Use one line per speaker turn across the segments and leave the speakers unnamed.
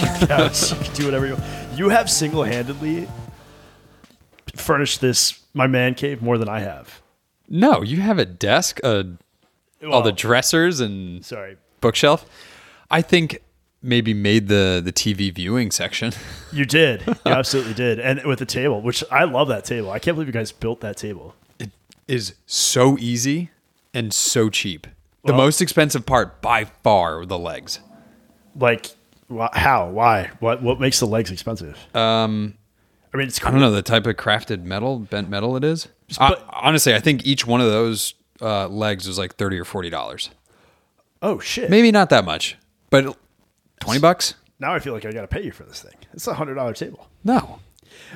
your couch. you can do whatever you want. You have single handedly furnished this, my man cave, more than I have.
No, you have a desk, uh, all
Well,
the dressers and
Sorry.
bookshelf. I think maybe made the the TV viewing section.
You did. You absolutely did. And with the table, which I love that table. I can't believe you guys built that table.
It is so easy and so cheap. The most expensive part by far were the legs.
Like, wh- how? Why? What? What makes the legs expensive? Um, I mean, it's
I don't know the type of crafted metal, bent metal it is.
But-
I, honestly, I think each one of those uh, legs was like thirty or forty dollars.
Oh shit!
Maybe not that much, but twenty bucks?
Now I feel like I got to pay you for this thing. It's a hundred dollar table.
No.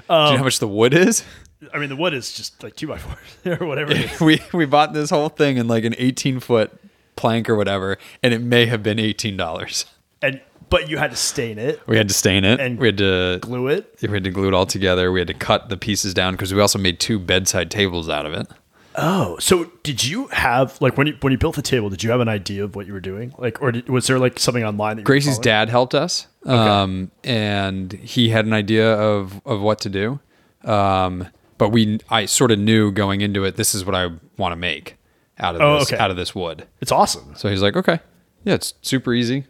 Do
Um,
you know how much the wood is?
I mean, the wood is just like two by fours or whatever. it is.
we we bought this whole thing in like an eighteen foot plank or whatever, and it may have been eighteen dollars.
And but you had to stain it,
We had to stain it.
And
we had to
glue it.
we had to glue it all together. We had to cut the pieces down because we also made two bedside tables out of it.
Oh, so did you have like when you when you built the table? Did you have an idea of what you were doing? Like, or did, was there like something online that you were
Gracie's
following?
dad helped us, um, and he had an idea of of what to do. Um, but we, I sort of knew going into it, this is what I want to make out of
Oh,
this
okay.
out of this wood.
It's awesome.
So he's like, okay, yeah, it's super easy.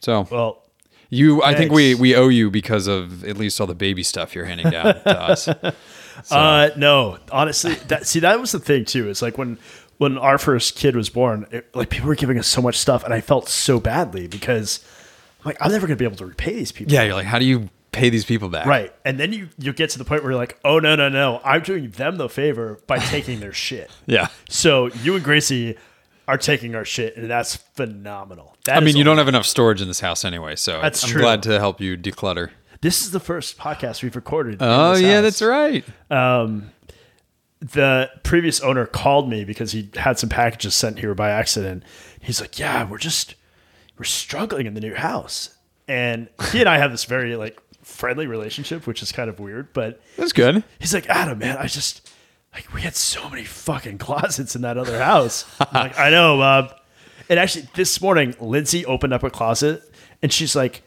So
Well,
you, I think we
thanks.
we owe you because of at least all the baby stuff you're handing down to us.
Uh, no, honestly, that see that was the thing too. It's like when when our first kid was born, it, like people were giving us so much stuff, and I felt so badly because I'm like I'm never gonna be able to repay these people.
Yeah, you're like, how do you pay these people back?
Right, and then you you get to the point where you're like, oh no no no, I'm doing them the favor by taking their shit.
Yeah.
So you and Gracie are taking our shit, and that's phenomenal. That
I mean,
is
you
a-
don't have enough storage in this house anyway, so
That's
I'm
true.
glad to help you declutter.
This is the first podcast we've recorded. in
Oh
this
yeah,
house.
that's right.
the previous owner called me because he had some packages sent here by accident. He's like, "Yeah, we're just we're struggling in the new house." And he and I have this very like friendly relationship, which is kind of weird, but
That's good.
he's like, "Adam, man, I just like we had so many fucking closets in that other house." I'm like, "I know, Bob." And actually this morning, Lindsay opened up a closet and she's like,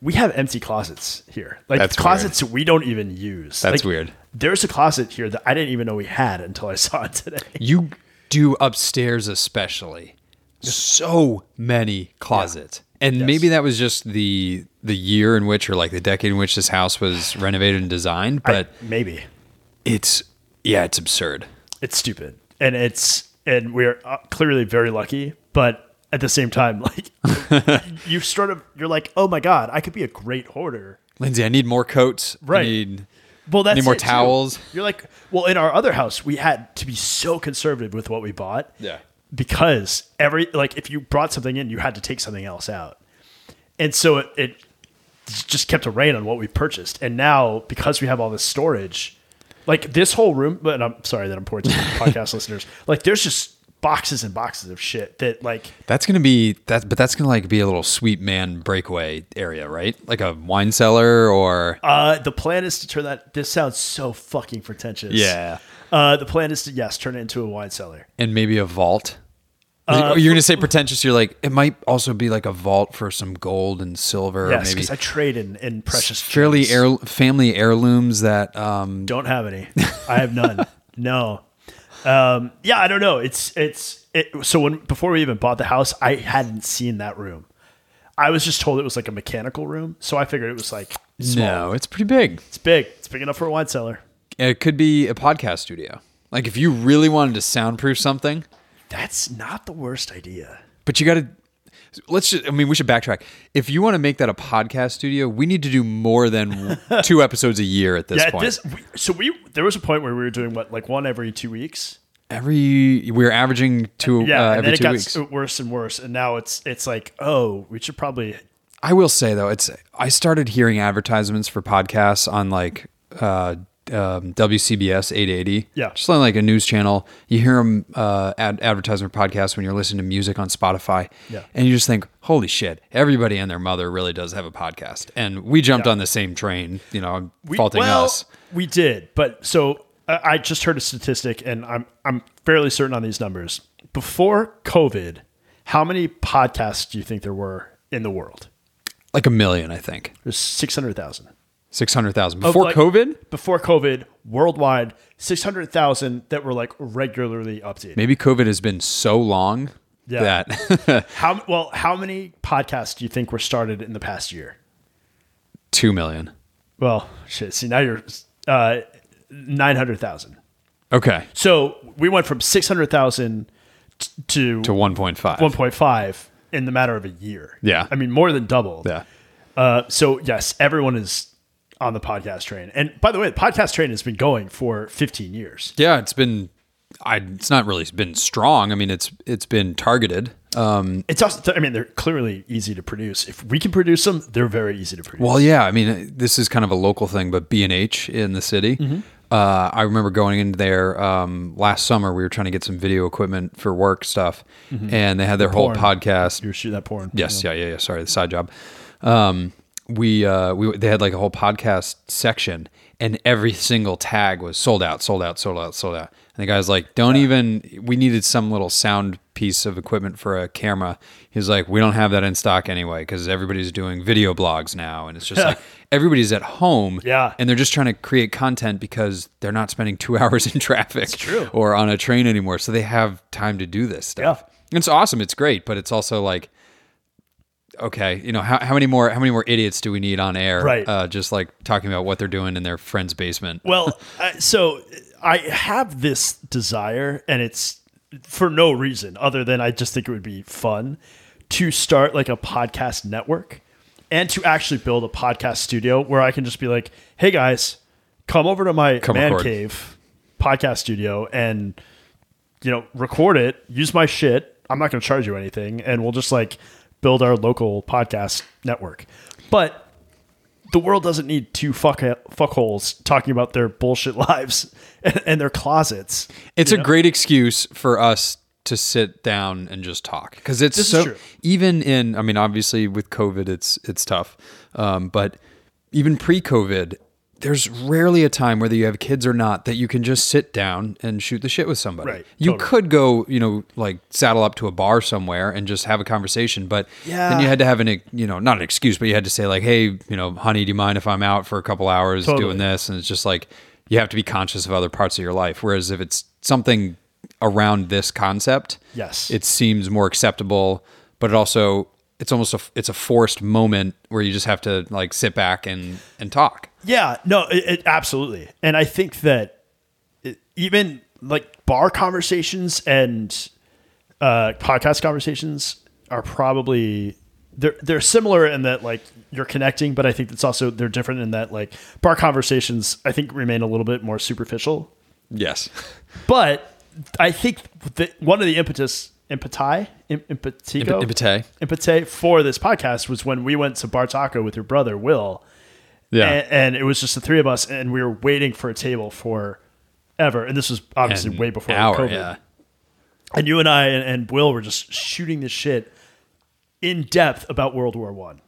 "We have empty closets here. Like
That's
closets we don't even use."
That's
Like,
weird.
there's a closet here that I didn't even know we had until I saw it today.
You do upstairs especially so many closets. And maybe that was just the the year in which or like the decade in which this house was renovated and designed, but
Maybe
it's yeah, it's absurd.
it's stupid, and it's and we're uh, clearly very lucky, but at the same time, like you sort of you're like, oh my god, I could be a great hoarder.
Lindsay, I need more coats. I
Right.
need-
Well, that's
Need more
it, too.
towels?
You're like, well, in our other house, we had to be so conservative with what we bought.
Yeah.
Because every like, if you brought something in, you had to take something else out, and so it, it just kept a rein on what we purchased. And now, because we have all this storage, like this whole room, but I'm sorry that I'm pointing to podcast listeners. Like, there's just boxes and boxes of shit that like
that's gonna be that but that's gonna like be a little sweet man breakaway area, right? Like a wine cellar or
Uh, the plan is to turn that. This sounds so fucking pretentious.
Yeah.
Uh, the plan is to yes, turn it into a wine cellar.
and maybe a vault.
Uh,
oh, you're gonna say pretentious. You're like it might also be like a vault for some gold and silver.
Yes,
or maybe
because I trade in in precious.
fairly
gems.
heir, family heirlooms that um
Don't have any. I have none. no. Um, yeah, I don't know. It's it's it, so when before we even bought the house, I hadn't seen that room. I was just told it was like a mechanical room, so I figured it was like small.
no it's pretty big
It's big. It's big enough for a wine cellar.
it could be a podcast studio like if you really wanted to soundproof something
That's not the worst idea.
but you gotta let's just i mean we should backtrack if you want to make that a podcast studio we need to do more than two episodes a year at this
Yeah,
point
this. We, so we there was a point where we were doing what like one every two weeks.
every we're averaging two
yeah,
uh,
and then
every
it
two
got
weeks
s- worse and worse, and now it's it's like, oh, we should probably
I will say though, it's I started hearing advertisements for podcasts on like uh, um, WCBS 880.
Yeah.
just on like a news channel. You hear them uh, ad- advertisement podcasts when you're listening to music on Spotify.
Yeah.
and you just think, holy shit, everybody and their mother really does have a podcast. And we jumped
Yeah.
on the same train. You know,
we,
faulting
well,
us.
We did, but so I, I just heard a statistic, and I'm I'm fairly certain on these numbers. Before COVID, how many podcasts do you think there were in the world?
Like a million, I think.
There's 600,000.
Six hundred thousand
Of,
before
like-
COVID.
Before COVID, worldwide, 600,000 that were like regularly updated.
Maybe COVID has been so long
Yeah.
that
How well, how many podcasts do you think were started in the past year?
two million.
Well, shit. See, now you're uh, 900,000.
Okay,
So we went from 600,000 t- to,
to one point five.
1.5 in the matter of a year.
Yeah.
I mean, more than double.
Yeah,
Uh, so, yes, everyone is on the podcast train. And by the way, the podcast train has been going for 15 years.
yeah. It's been. I. It's not really been strong. I mean, it's it's been targeted. Um.
It's also, I mean, they're clearly easy to produce. If we can produce them, they're very easy to produce.
Well, yeah. I mean, this is kind of a local thing, but B and H in the city. Uh, I remember going in there um, last summer. We were trying to get some video equipment for work stuff, and they had their whole
porn.
podcast.
you shoot that porn.
Yes, yeah, yeah, yeah. Sorry, the side job. Um, we uh, we they had like a whole podcast section, and every single tag was sold out, sold out, sold out, sold out. And the guy's like, "Don't even." We needed some little sound piece of equipment for a camera. He's like, "We don't have that in stock anyway because everybody's doing video blogs now, and it's just like everybody's at home,
Yeah.
and they're just trying to create content because they're not spending two hours in traffic
true.
or on a train anymore, so they have time to do this stuff. It's awesome. It's great, but it's also like okay, you know, how, how many more how many more idiots do we need on air?
Right.
Uh, just like talking about what they're doing in their friend's basement.
Well, uh, so I have this desire, and it's for no reason other than I just think it would be fun to start like a podcast network and to actually build a podcast studio where I can just be like, hey guys, come over to my
Come
man
record.
cave podcast studio and, you know, record it, use my shit. I'm not going to charge you anything. And we'll just like build our local podcast network. But the world doesn't need two fuck fuckholes talking about their bullshit lives and, and their closets.
It's a great excuse for us to sit down and just talk because it's
is
so
true.
even in I mean obviously with COVID it's it's tough, um, but even pre-COVID. There's rarely a time, whether you have kids or not, that you can just sit down and shoot the shit with somebody.
Right,
you
totally.
could go, you know, like saddle up to a bar somewhere and just have a conversation, but then
Yeah.
you had to have an, you know, not an excuse, but you had to say like, hey, you know, honey, do you mind if I'm out for a couple hours
Totally.
doing this? And it's just like you have to be conscious of other parts of your life. Whereas if it's something around this concept,
Yes.
it seems more acceptable, but it also it's almost a it's a forced moment where you just have to like sit back and and talk.
Yeah, no, it, it- absolutely. And I think that it, even like bar conversations and uh, podcast conversations are probably they're they're similar in that like you're connecting, but I think it's also they're different in that like bar conversations I think remain a little bit more superficial.
Yes.
But I think that one of the impetus impeti im- impetigo
Impete.
impete for this podcast was when we went to Bar Taco with your brother Will,
Yeah.
and, and it was just the three of us, and we were waiting for a table for ever, and this was obviously
An
way before
hour,
COVID.
yeah.
And you and I and, and Will were just shooting the shit in depth about World War One,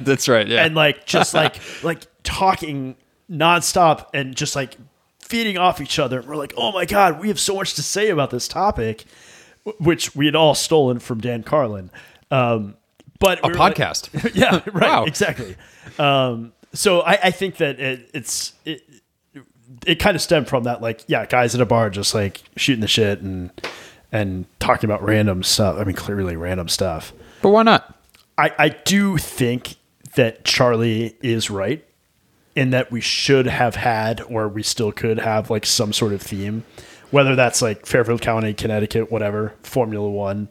That's right. Yeah.
and like just like like talking nonstop and just like feeding off each other. We're like, oh my god, we have so much to say about this topic, w- which we had all stolen from Dan Carlin. Um, but
a podcast.
yeah, right.
Wow.
Exactly. Um, so I, I think that it, it's it, it kind of stemmed from that, like, yeah, guys at a bar just like shooting the shit and and talking about random stuff. I mean, clearly random stuff.
but why not?
I, I do think that Charlie is right in that we should have had or we still could have like some sort of theme, whether that's like Fairfield County, Connecticut, whatever, Formula One,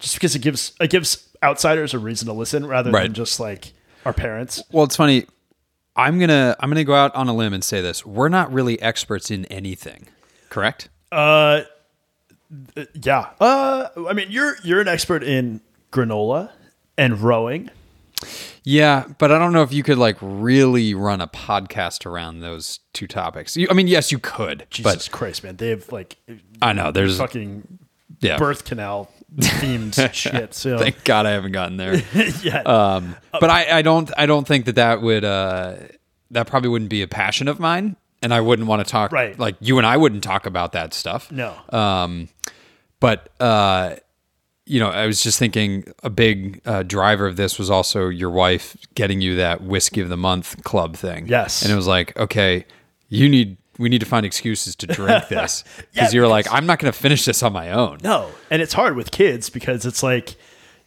just because it gives it gives outsiders a reason to listen rather
Right.
than just like our parents.
Well, it's funny. I'm gonna I'm gonna go out on a limb and say this. We're not really experts in anything, correct?
Uh, th- yeah. Uh, I mean, you're you're an expert in granola and rowing.
Yeah, but I don't know if you could like really run a podcast around those two topics. You, I mean, yes, you could,
Jesus Christ, man! They have like
but I know there's
fucking
yeah.
birth canal themed shit. So
Thank God I haven't gotten there.
yeah,
Um, but I, I don't I don't think that that would uh, that probably wouldn't be a passion of mine, and I wouldn't want to talk
Right.
uh, like you and I wouldn't talk about that stuff.
no.
But uh, you know, I was just thinking a big uh, driver of this was also your wife getting you that whiskey of the month club thing.
Yes.
And it was like, okay, you need, we need to find excuses to drink this.
Yeah,
Cause you were like, I'm not going to finish this on my own.
No, and it's hard with kids because it's like,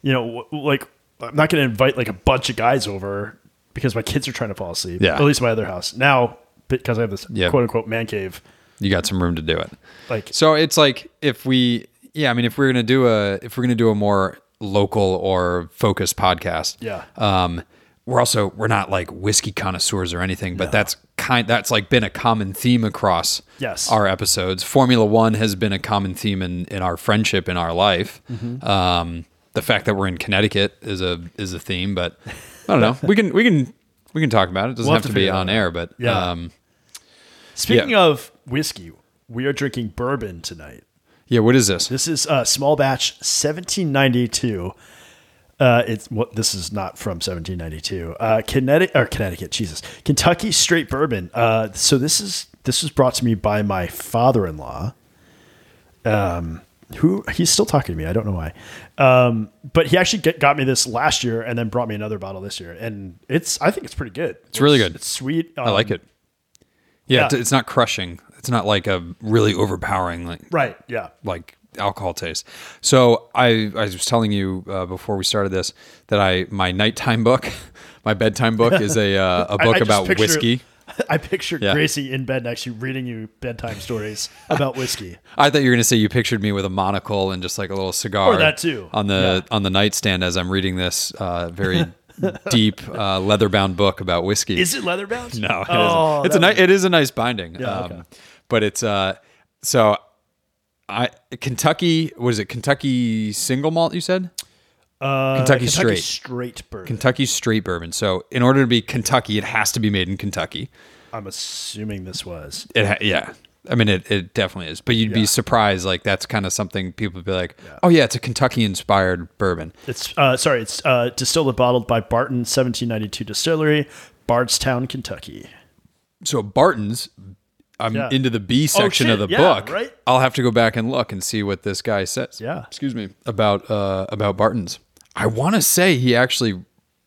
you know, w- like I'm not going to invite like a bunch of guys over because my kids are trying to fall asleep.
Yeah.
At least my other house now because I have this
Yeah.
quote unquote man cave.
You got some room to do it.
Like
So it's like if we, yeah, I mean, if we're gonna do a, if we're gonna do a more local or focused podcast,
Yeah.
um, we're also we're not like whiskey connoisseurs or anything, but that's kind that's like been a common theme across
Yes.
our episodes. Formula One has been a common theme in in our friendship in our life.
Mm-hmm.
Um, the fact that we're in Connecticut is a is a theme, but I don't know. we can we can we can talk about it. It doesn't
We'll
have
have
to,
to
be
figure that
on air, but
Yeah.
um,
speaking of whiskey, we are drinking bourbon tonight.
yeah. What is this?
This is a uh, small batch 1792. Uh, it's what this is not from 1792. Uh, Connecticut or Connecticut, Jesus, Kentucky straight bourbon. Uh, so this is this was brought to me by my father-in-law. Um, who he's still talking to me. I don't know why. Um, but he actually get, got me this last year and then brought me another bottle this year, and it's I think it's pretty good. It's
really good.
It's sweet. um,
I like it. Yeah,
yeah.
it's- it's not crushing. It's not like a really overpowering like
Right. Yeah.
like alcohol taste. So I I was telling you uh, before we started this that I my nighttime book, my bedtime book is a uh, a
I-
book
I just
about
picture-
whiskey.
I pictured
Yeah.
Gracie in bed next to you reading you bedtime stories about whiskey.
I thought you were going to say you pictured me with a monocle and just like a little cigar
Or Oh, that too.
on the on the nightstand as I'm reading this uh, very deep uh, leather bound book about whiskey.
Is it leather bound?
No, it
Oh,
isn't. It's a
that
ni- it is a nice binding.
Yeah,
um,
okay.
but it's uh so I Kentucky was it Kentucky single malt you said?
Uh,
Kentucky straight.
straight bourbon.
Kentucky straight bourbon. So in order to be Kentucky, it has to be made in Kentucky.
I'm assuming this was.
It ha- yeah. I mean it, it definitely is. But you'd be
Yeah.
surprised like that's kind of something people would be like, "Oh yeah, it's a Kentucky inspired bourbon."
It's uh, sorry. It's uh, distilled and bottled by Barton 1792 Distillery, Bardstown, Kentucky.
So Barton's I'm
Yeah. Oh,
into the B section of
shit,
the
yeah,
book.
right?
I'll have to go back and look and see what this guy says.
Yeah.
Excuse me. About uh about Barton's. I want to say he actually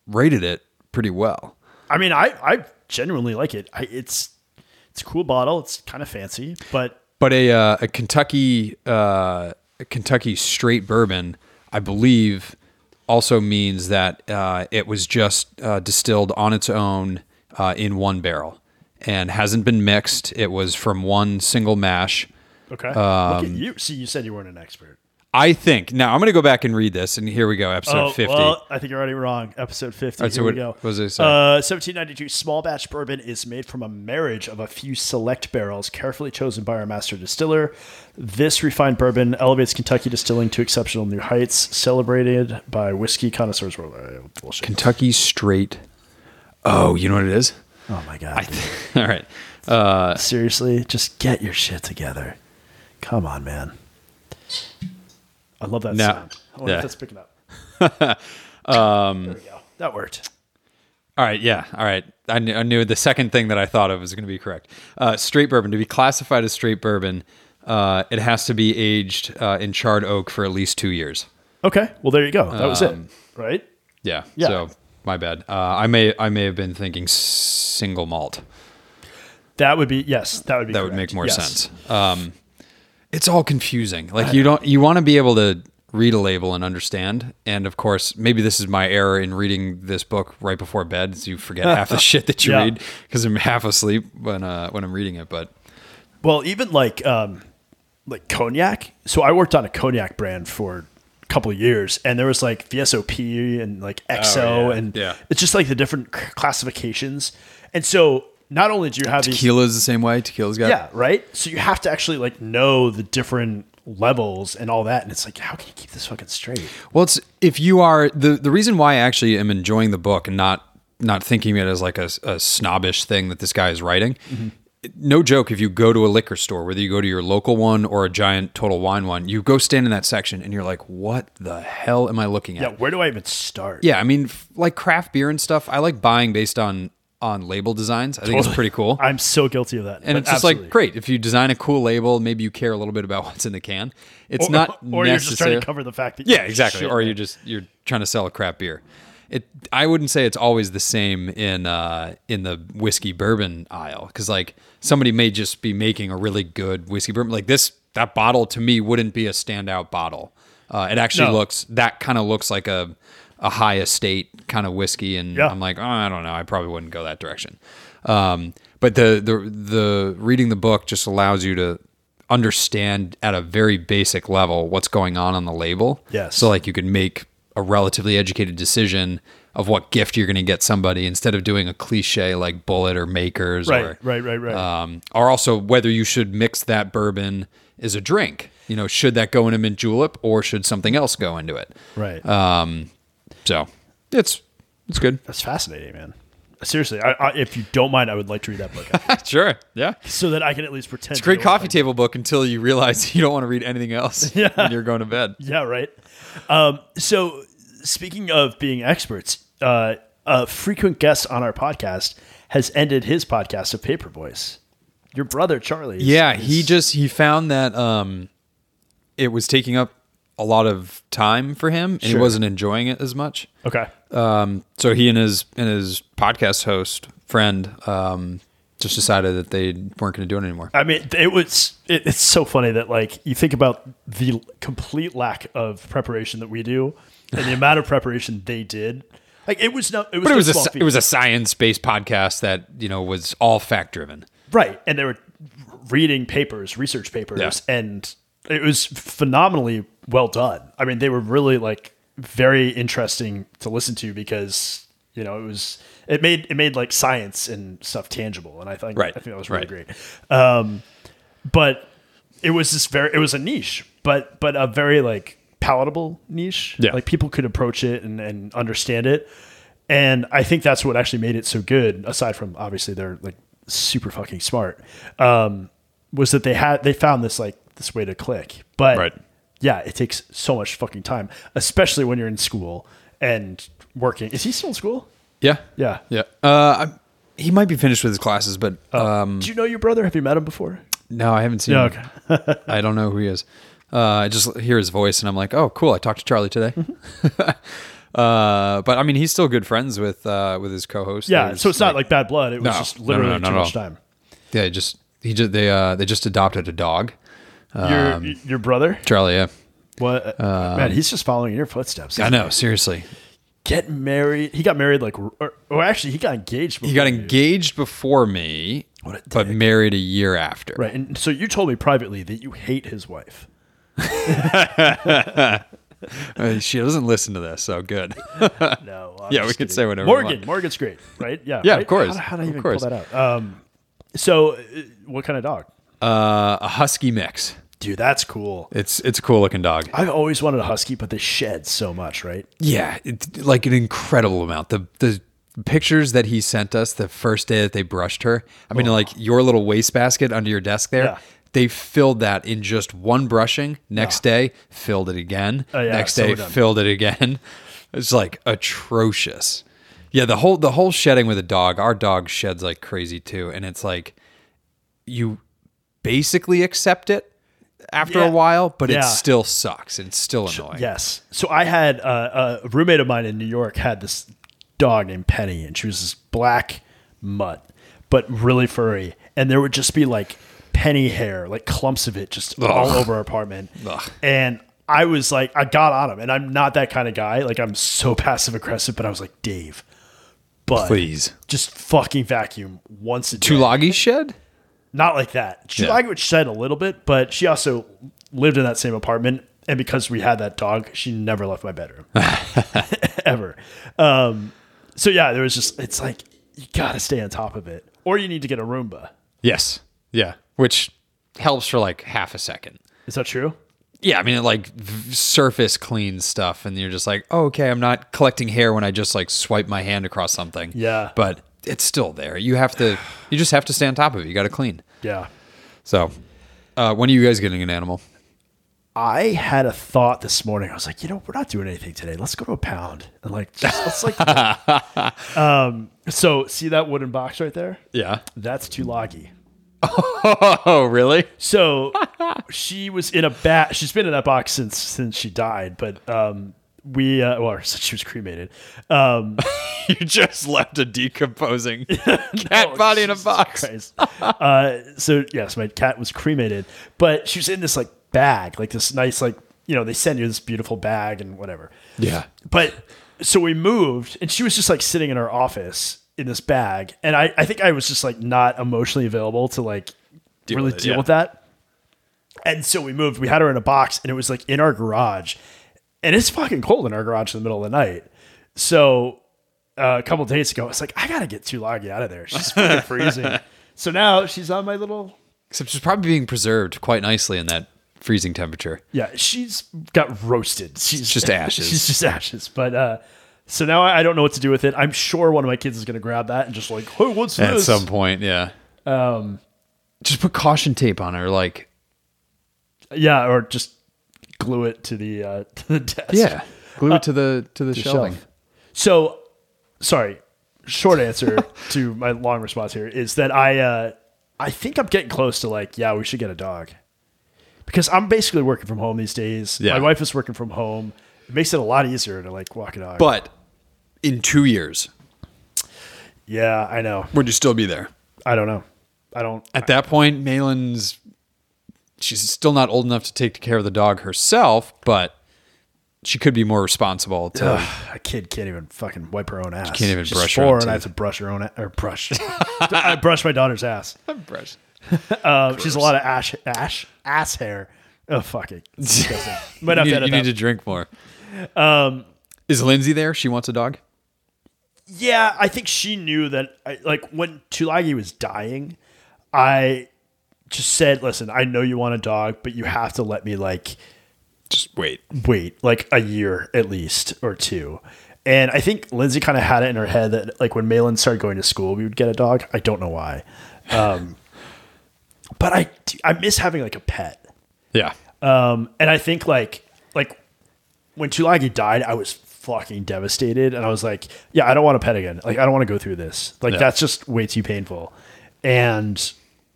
rated it pretty well.
I mean, I I genuinely like it. I, it's it's a cool bottle. It's kind of fancy, but
But a uh, a Kentucky uh a Kentucky straight bourbon, I believe also means that uh, it was just uh, distilled on its own uh, in one barrel and hasn't been mixed. It was from one single mash.
okay. Um, Look at you. See, you said you weren't an expert.
I think now I'm going to go back and read this, and here we go, episode
Oh,
50.
well, I think you're already wrong. Episode 50.
right, so
Here we
what-
go.
what does it say?
Uh, 1792 small batch bourbon is made from a marriage of a few select barrels carefully chosen by our master distiller. This refined bourbon elevates Kentucky distilling to exceptional new heights, celebrated by whiskey connoisseurs worldwide. Uh, Bullshit.
Kentucky Straight. Oh, you know what it is?
oh my god.
All right.
Seriously, just get your shit together. Come on, man. I love that
No.
sound. I wonder
Yeah.
if that's picking up. um, there we go. That worked.
All right. Yeah. All right. I knew, I knew the second thing that I thought of was going to be correct. Uh, straight bourbon. To be classified as straight bourbon, uh, it has to be aged uh, in charred oak for at least two years.
Okay. Well, there you go. That was
Um,
it. Right?
Yeah.
Yeah.
So my bad. Uh, I may I may have been thinking s- single malt.
That would be yes. That would be
that would
correct.
make more
Yes.
sense. Um, it's all confusing. Like you don't you want to be able to read a label and understand. And of course, maybe this is my error in reading this book right before bed. So you forget half the shit that you
Yeah.
read read because I'm half asleep when uh, when I'm reading it. But
Well, even like um, like cognac. So I worked on a cognac brand for a couple of years, and there was like VSOP and like XO,
Oh, yeah,
and
yeah.
it's just like the different c- classifications. And so not only do you have these,
tequila is the same way. Tequila's got
yeah, right. So you have to actually like know the different levels and all that, and it's like how can you keep this fucking straight?
Well, it's if you are the the reason why I actually am enjoying the book and not not thinking of it as like a, a snobbish thing that this guy is writing. No joke. If you go to a liquor store, whether you go to your local one or a giant Total Wine one, you go stand in that section and you're like, "What the hell am I looking at?"
Yeah, where do I even start?
Yeah, I mean, f- like craft beer and stuff. I like buying based on on label designs. I think it's pretty cool.
I'm so guilty of that.
and
but
it's just
absolutely.
like great if you design a cool label, maybe you care a little bit about what's in the can. It's
Or-
not
or you're just trying
necessary-
to cover the fact that
Yeah, exactly.
shit,
or
man.
you just you're trying to sell a crap beer. It I wouldn't say it's always the same in uh in the whiskey bourbon aisle cuz like somebody may just be making a really good whiskey bourbon like this that bottle to me wouldn't be a standout bottle. Uh, it actually
No.
looks that kind of looks like a a high estate kind of whiskey and
Yeah.
I'm like, "Oh, I don't know, I probably wouldn't go that direction." Um but the the the reading the book just allows you to understand at a very basic level what's going on on the label.
Yes.
So like you could make a relatively educated decision of what gift you're going to get somebody instead of doing a cliche like bullet or makers
right,
or
right, right, right.
um or also whether you should mix that bourbon as a drink. You know, should that go in a mint julep or should something else go into it?
right.
uh, So, it's it's good.
That's fascinating, man. Seriously, I, I, if you don't mind, I would like to read that book
sure. Yeah.
so that I can at least pretend.
It's a great
to know what
coffee table book until you realize you don't want to read anything else when you're going to bed.
Yeah, right. Um, so, speaking of being experts, uh, a frequent guest on our podcast has ended his podcast of Paper Boys. Your brother Charlie. is-
Yeah,
is-
he just he found that um it was taking up a lot of time for him and he
Sure.
wasn't enjoying it as much.
okay.
Um so he and his and his podcast host friend um just decided that they weren't going to do it anymore.
I mean, it was. It, it's so funny that like you think about the complete lack of preparation that we do, and the amount of preparation they did. Like it was no. It was.
But it
no
was a
small
sci-
feat.
it was a science-based podcast that, you know, was all fact driven.
Right. And they were reading papers, research papers,
Yeah.
and it was phenomenally well done. I mean, they were really like very interesting to listen to because you know it was it made it made like science and stuff tangible, and I think
Right.
I think that was really
Right.
great. Um, but it was this very it was a niche, but but a very like palatable niche.
Yeah.
Like people could approach it and, and understand it. And I think that's what actually made it so good, aside from obviously they're like super fucking smart. Um, was that they had they found this like this way to click. But
Right.
yeah, it takes so much fucking time, especially when you're in school and working. Is he still in school?
Yeah.
Yeah.
Yeah. Uh I, he might be finished with his classes, but um
Do you know your brother? Have you met him before?
No, I haven't seen
Yeah,
him. I don't know who he is. Uh, I just hear his voice and I'm like, oh, cool. I talked to Charlie today.
Mm-hmm.
uh, but I mean, he's still good friends with uh, with his co-host.
Yeah.
There's,
so it's not like bad blood. It was
No.
just
No, no, no,
literally
not
too
at
much
all.
time.
yeah, he just he just they uh, they just adopted a dog.
Your
Um,
your brother?
Charlie, yeah,
What? man, he's just following in your footsteps.
Uh, I know. Seriously,
Get married. He got married like, or, or actually, he got engaged.
he got
before you.
engaged before me,
What a
but married a year after.
Right. And so you told me privately that you hate his wife.
Uh, she doesn't listen to this, so good.
No. I'm
Yeah, we
just
could
kidding.
say whatever we
Morgan.
want.
Morgan's great, right? Yeah.
Yeah, of
right?
course.
How, how do I
Of
even
course.
pull that out? Um, so, uh, what kind of dog?
uh, a husky mix.
Dude, that's cool.
It's it's a cool looking dog.
I've always wanted a husky, but they shed so much, right?
Yeah, it, like an incredible amount. The the pictures that he sent us the first day that they brushed her. I mean, like your little wastebasket under your desk there.
Oh, Yeah.
They filled that in just one brushing. Next day, filled it again.
Oh, yeah,
Next
so
day,
we're done.
filled it again. It's like atrocious. Yeah, the whole the whole shedding with a dog. Our dog sheds like crazy too, and it's like you basically accept it after
Yeah.
a while, but
Yeah.
it still sucks. It's still annoying.
Yes. So I had uh, a roommate of mine in New York had this dog named Penny, and she was this black mutt, but really furry, and there would just be like penny hair, like clumps of it, just all over our apartment,
Ugh.
and. I was like, I got on him, and I'm not that kind of guy. Like, I'm so passive aggressive, but I was like, Dave, but
Please.
just fucking vacuum once a day
Tulagi shed.
not like that. She
Yeah.
liked what she said a little bit, but she also lived in that same apartment. And because we had that dog, she never left my bedroom ever. Um, so yeah, there was just it's like you gotta stay on top of it, or you need to get a Roomba.
Yes. Yeah. Which helps for like half a second.
Is that true?
Yeah, I mean, it like v- surface clean stuff, and you're just like, oh, okay, I'm not collecting hair when I just like swipe my hand across something.
Yeah.
But it's still there. You have to, you just have to stay on top of it. You got to clean.
Yeah.
So, uh, when are you guys getting an animal?
I had a thought this morning. I was like, you know, we're not doing anything today. Let's go to a pound and like, just, let's like. um, so see that wooden box right there?
Yeah.
That's Tulagi.
Oh, really?
So she was in a bat. She's been in that box since since she died. But um, we uh, well, since she was cremated. Um,
You just left a decomposing cat
Oh,
body in a
Jesus
box.
Christ. uh, so yes, my cat was cremated, but she was in this like bag, like this nice like you know they send you this beautiful bag and whatever.
Yeah.
But so we moved, and she was just like sitting in her office in this bag, and I I think I was just like not emotionally available to like really
with it,
deal
yeah.
with that. And so we moved. We had her in a box, and it was like in our garage, and it's fucking cold in our garage in the middle of the night. So uh, a couple days ago, I was like, I gotta get Tulagi out of there. She's fucking freezing. So now she's on my little.
Except she's probably being preserved quite nicely in that freezing temperature.
Yeah, she's got roasted. She's
just ashes.
she's just ashes. But uh, so now I I don't know what to do with it. I'm sure one of my kids is gonna grab that and just like, hey, what's
At
this?
some point, yeah. Um, just put caution tape on her, like
yeah, or just glue it to the uh, to the desk.
yeah, glue it to the Uh, to the shelving.
shelf. So, sorry. Short answer to my long response here is that I, uh, I think I'm getting close to like, yeah, we should get a dog, because I'm basically working from home these days.
Yeah.
My wife is working from home. It makes it a lot easier to like walk a dog.
But in two years,
yeah, I know.
would you still be there?
I don't know. I don't.
At that point, Malin's she's still not old enough to take care of the dog herself, but she could be more responsible. To
a kid can't even fucking wipe her own ass.
can't even
She's
brush her
four,
own
and I have
teeth.
to brush her own a- or brush. I brush my daughter's ass.
brush.
Uh, she's a lot of ash, ash, ass hair. Oh fucking. Disgusting. Might
You
have
need,
to
you
edit
need
that
to drink more. Um, Is Lindsay there? She wants a dog.
Yeah, I think she knew that. I, like when Tulagi was dying, I just said, "Listen, I know you want a dog, but you have to let me like
Just wait.
wait like a year at least or two. And I think Lindsay kind of had it in her head that like when Malin started going to school, we would get a dog. I don't know why, um, but I I miss having like a pet.
Yeah.
Um, and I think like like when Tulagi died, I was fucking devastated, and I was like, yeah, I don't want to pet again. Like I don't want to go through this. Like
Yeah.
that's just way too painful. And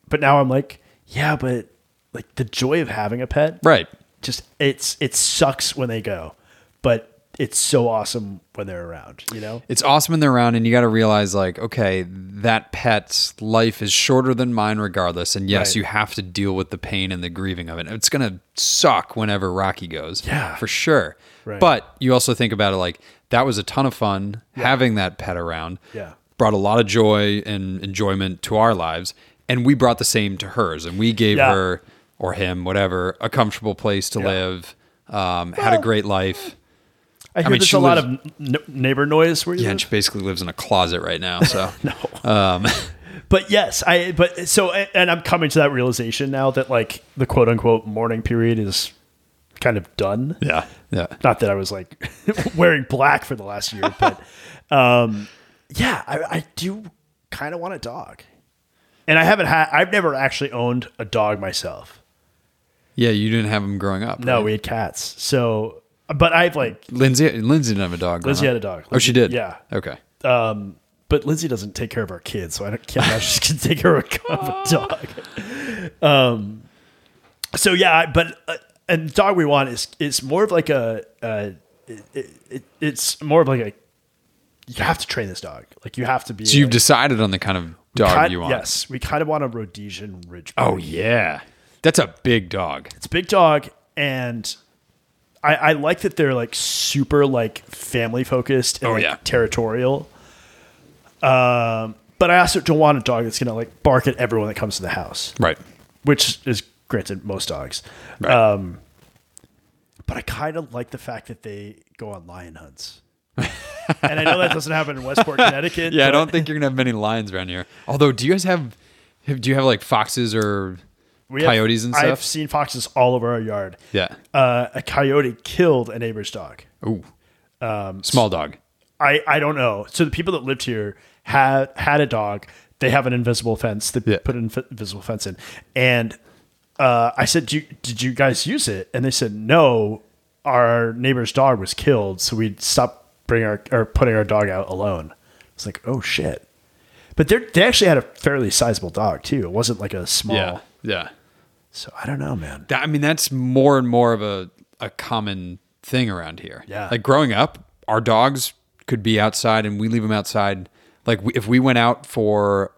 but now I'm like, yeah, but like the joy of having a pet,
Right.
Just it's it sucks when they go, but it's so awesome when they're around. You know.
it's awesome when they're around and you got to realize like okay that pet's life is shorter than mine regardless and yes
Right.
you have to deal with the pain and the grieving of it it's gonna suck whenever rocky goes
Yeah.
for sure
Right.
but you also think about it like that was a ton of fun having that pet around
Yeah.
brought a lot of joy and enjoyment to our lives and we brought the same to hers and we gave
Yeah.
her or him whatever a comfortable place to live um, had a
Well,
great life
I hear
mean,
there's
she
a lot of
lives-
n- neighbor noise where you
yeah
live.
and she basically lives in a closet right now so
but yes, I but so and I'm coming to that realization now that like the quote unquote mourning period is kind of done.
Yeah. Yeah.
Not that I was like wearing black for the last year, but um, yeah, I, I do kind of want a dog, and I haven't had. I've never actually owned a dog myself.
Yeah, you didn't have them growing up.
No,
right?
we had cats. So, but I've like,
Lindsay Lindsay didn't have a dog. growing
Lindsay
up.
had a dog.
oh, she did.
Yeah.
Okay.
but Lindsay doesn't take care of our kids, so I don't can't imagine she can take care of a, of a dog. Um, so yeah, I- but uh, and the dog we want is it's more of like a uh, it, it, it- it's more of like a you have to train this dog. Like you have to be.
So you've
like,
decided on the kind of dog
kind-
you want.
Yes, we kind of want a Rhodesian Ridge.
Oh yeah, that's a big dog.
It's a big dog, and I, I like that they're like super like family focused and
Oh,
like,
yeah.
territorial. Um, but I also don't want a dog that's gonna like bark at everyone that comes to the house,
Right.
which is granted most dogs.
Right.
Um, But I kind of like the fact that they go on lion hunts. and I know that doesn't happen in Westport, Connecticut.
yeah, I
but-
don't think you're gonna have many lions around here. Although, do you guys have, have do you have like foxes or
we have-
coyotes and stuff?
I've seen foxes all over our yard.
yeah.
Uh, a coyote killed a neighbor's dog.
Ooh.
Um,
Small dog.
I, I don't know. So the people that lived here had had a dog. They have an invisible fence. They
Yeah.
put an inv- invisible fence in, and uh, I said, "Do you- "Did you guys use it?" And they said, "No, our neighbor's dog was killed, so we stopped bringing our or putting our dog out alone." It's like, "Oh shit!" But they they actually had a fairly sizable dog too. It wasn't like a small.
Yeah. Yeah.
So I don't know, man.
That, I mean, that's more and more of a, a common thing around here.
Yeah.
Like growing up, our dogs could be outside and we leave them outside. Like we, if we went out for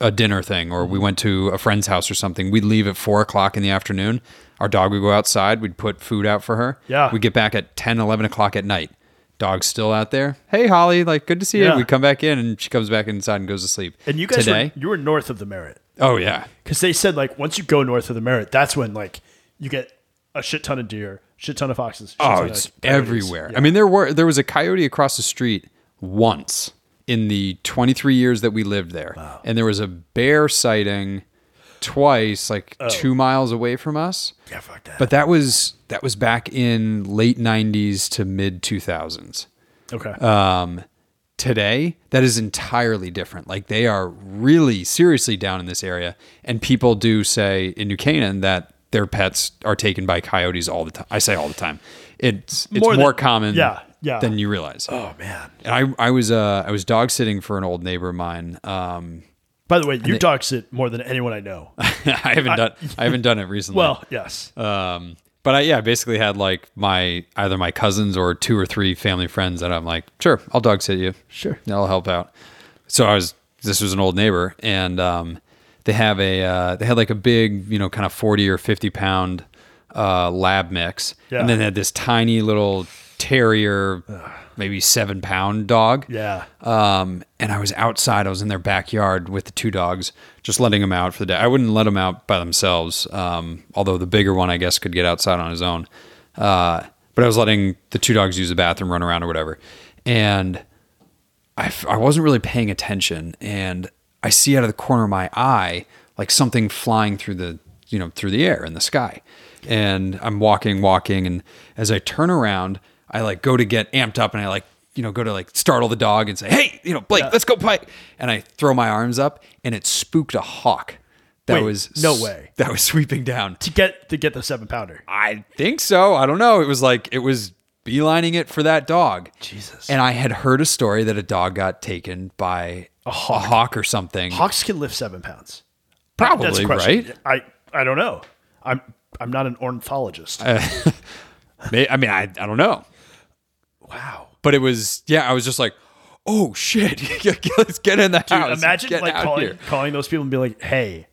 a dinner thing or we went to a friend's house or something, we'd leave at four o'clock in the afternoon. Our dog would go outside. We'd put food out for her.
Yeah.
We'd get back at 10, 11 o'clock at night. Dog's still out there. Hey, Holly, like, good to see
Yeah.
you. We come back in and she comes back inside and goes to sleep.
And you guys
today?
were you were north of the Merritt
oh, yeah.
because they said like once you go north of the Merritt, that's when like you get a shit ton of deer, shit ton of foxes. shit ton
Oh,
of
it's
coyotes.
everywhere.
Yeah.
I mean, there were there was a coyote across the street once in the 23 years that we lived there, and there was a bear sighting twice, like two miles away from us.
yeah, fuck that.
But that was that was back in late 90s to mid 2000s.
okay,
Um, today, that is entirely different. Like they are really seriously down in this area, and people do say in New Canaan that their pets are taken by coyotes all the time. I say all the time. It's it's
More
more,
than-
common
yeah, yeah.
than you realize.
oh man.
And I I was uh I was dog sitting for an old neighbor of mine. Um,
By the way, you dog sit more than anyone I know.
I haven't done I haven't done it recently.
well, yes.
Um, but I, yeah, basically had like my either my cousins or two or three family friends that I'm like, sure, I'll dog sit you.
Sure.
I'll help out. So I was, this was an old neighbor and, um, they have a, uh, they had like a big, you know, kind of 40 or 50 pound, uh, lab mix.
Yeah.
And then they had this tiny little terrier, maybe seven pound dog.
Yeah.
Um, and I was outside. I was in their backyard with the two dogs, just letting them out for the day. I wouldn't let them out by themselves, um, although the bigger one, I guess, could get outside on his own. Uh, but I was letting the two dogs use the bathroom, run around, or whatever. And I, f- I wasn't really paying attention, and I see out of the corner of my eye like something flying through the you know through the air in the sky, and I'm walking, walking, and as I turn around, I like go to get amped up, and I like you know go to like startle the dog and say, hey, you know Blake, let's go play, and I throw my arms up, and it spooked a hawk that
Wait,
was
no way.
that was sweeping down.
to get to get the seven pounder.
I think so. I don't know. It was like it was beelining it for that dog.
Jesus.
And I had heard a story that a dog got taken by a hawk, or something.
Hawks can lift seven pounds.
Probably,
That's a question.
Oh, right?
I I don't know. I'm I'm not an ornithologist.
Uh, May- I mean, I, I don't know.
wow.
But it was, yeah, I was just like, oh shit, let's get in the house.
Imagine
Get
like
out
calling
here.
calling those people and be like, hey,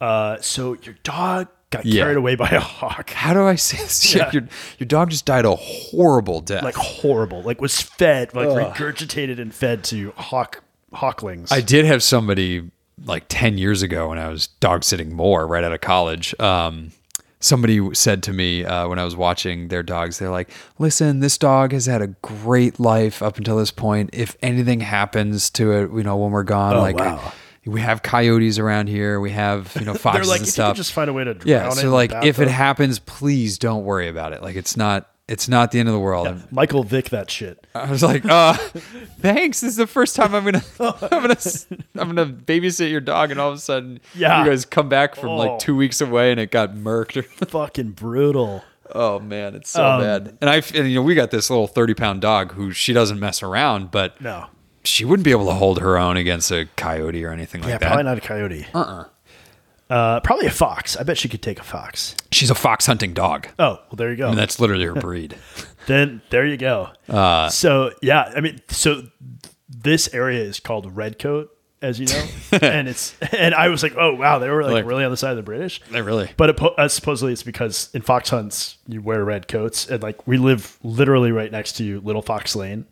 uh, so your dog got
Yeah.
carried away by a hawk.
How do I say this? Yeah,
Yeah.
your, your dog just died a horrible death.
Like horrible. Like was fed, like regurgitated and fed to hawk hawklings.
I did have somebody like 10 years ago when I was dog sitting more right out of college. Um, somebody said to me uh, when I was watching their dogs, they're like, listen, this dog has had a great life up until this point. If anything happens to it, you know, when we're gone, like
Oh, wow.
we have coyotes around here, we have, you know,
They're
foxes
like,
and
if you
stuff.
could just find a way to drown
yeah.
it
So
in
like
the
if it
bathtub."
happens, please don't worry about it. Like it's not, it's not the end of the world. And
Michael Vick that shit.
I was like, uh, thanks. This is the first time I'm gonna, I'm gonna, s- I'm gonna babysit your dog, and all of a sudden,
Yeah.
you guys come back from
Oh.
like two weeks away, and it got murked.
Fucking brutal.
oh man, it's so
Um,
bad. And I, and, you know, we got this little thirty pound dog who she doesn't mess around, but
No.
she wouldn't be able to hold her own against a coyote or anything like
Yeah,
that.
probably not a coyote. Uh-uh. Uh, probably a fox. I bet she could take a fox.
She's a fox hunting dog.
Oh, well, there you go.
And that's literally her breed.
then there you go. Uh, so yeah, I mean, so this area is called Redcoat, as you know, and it's and I was like, oh wow, they were like,
Like-
really on the side of the British.
They really-
But it, po- uh, supposedly it's because in fox hunts you wear red coats, and like we live literally right next to Little Fox Lane,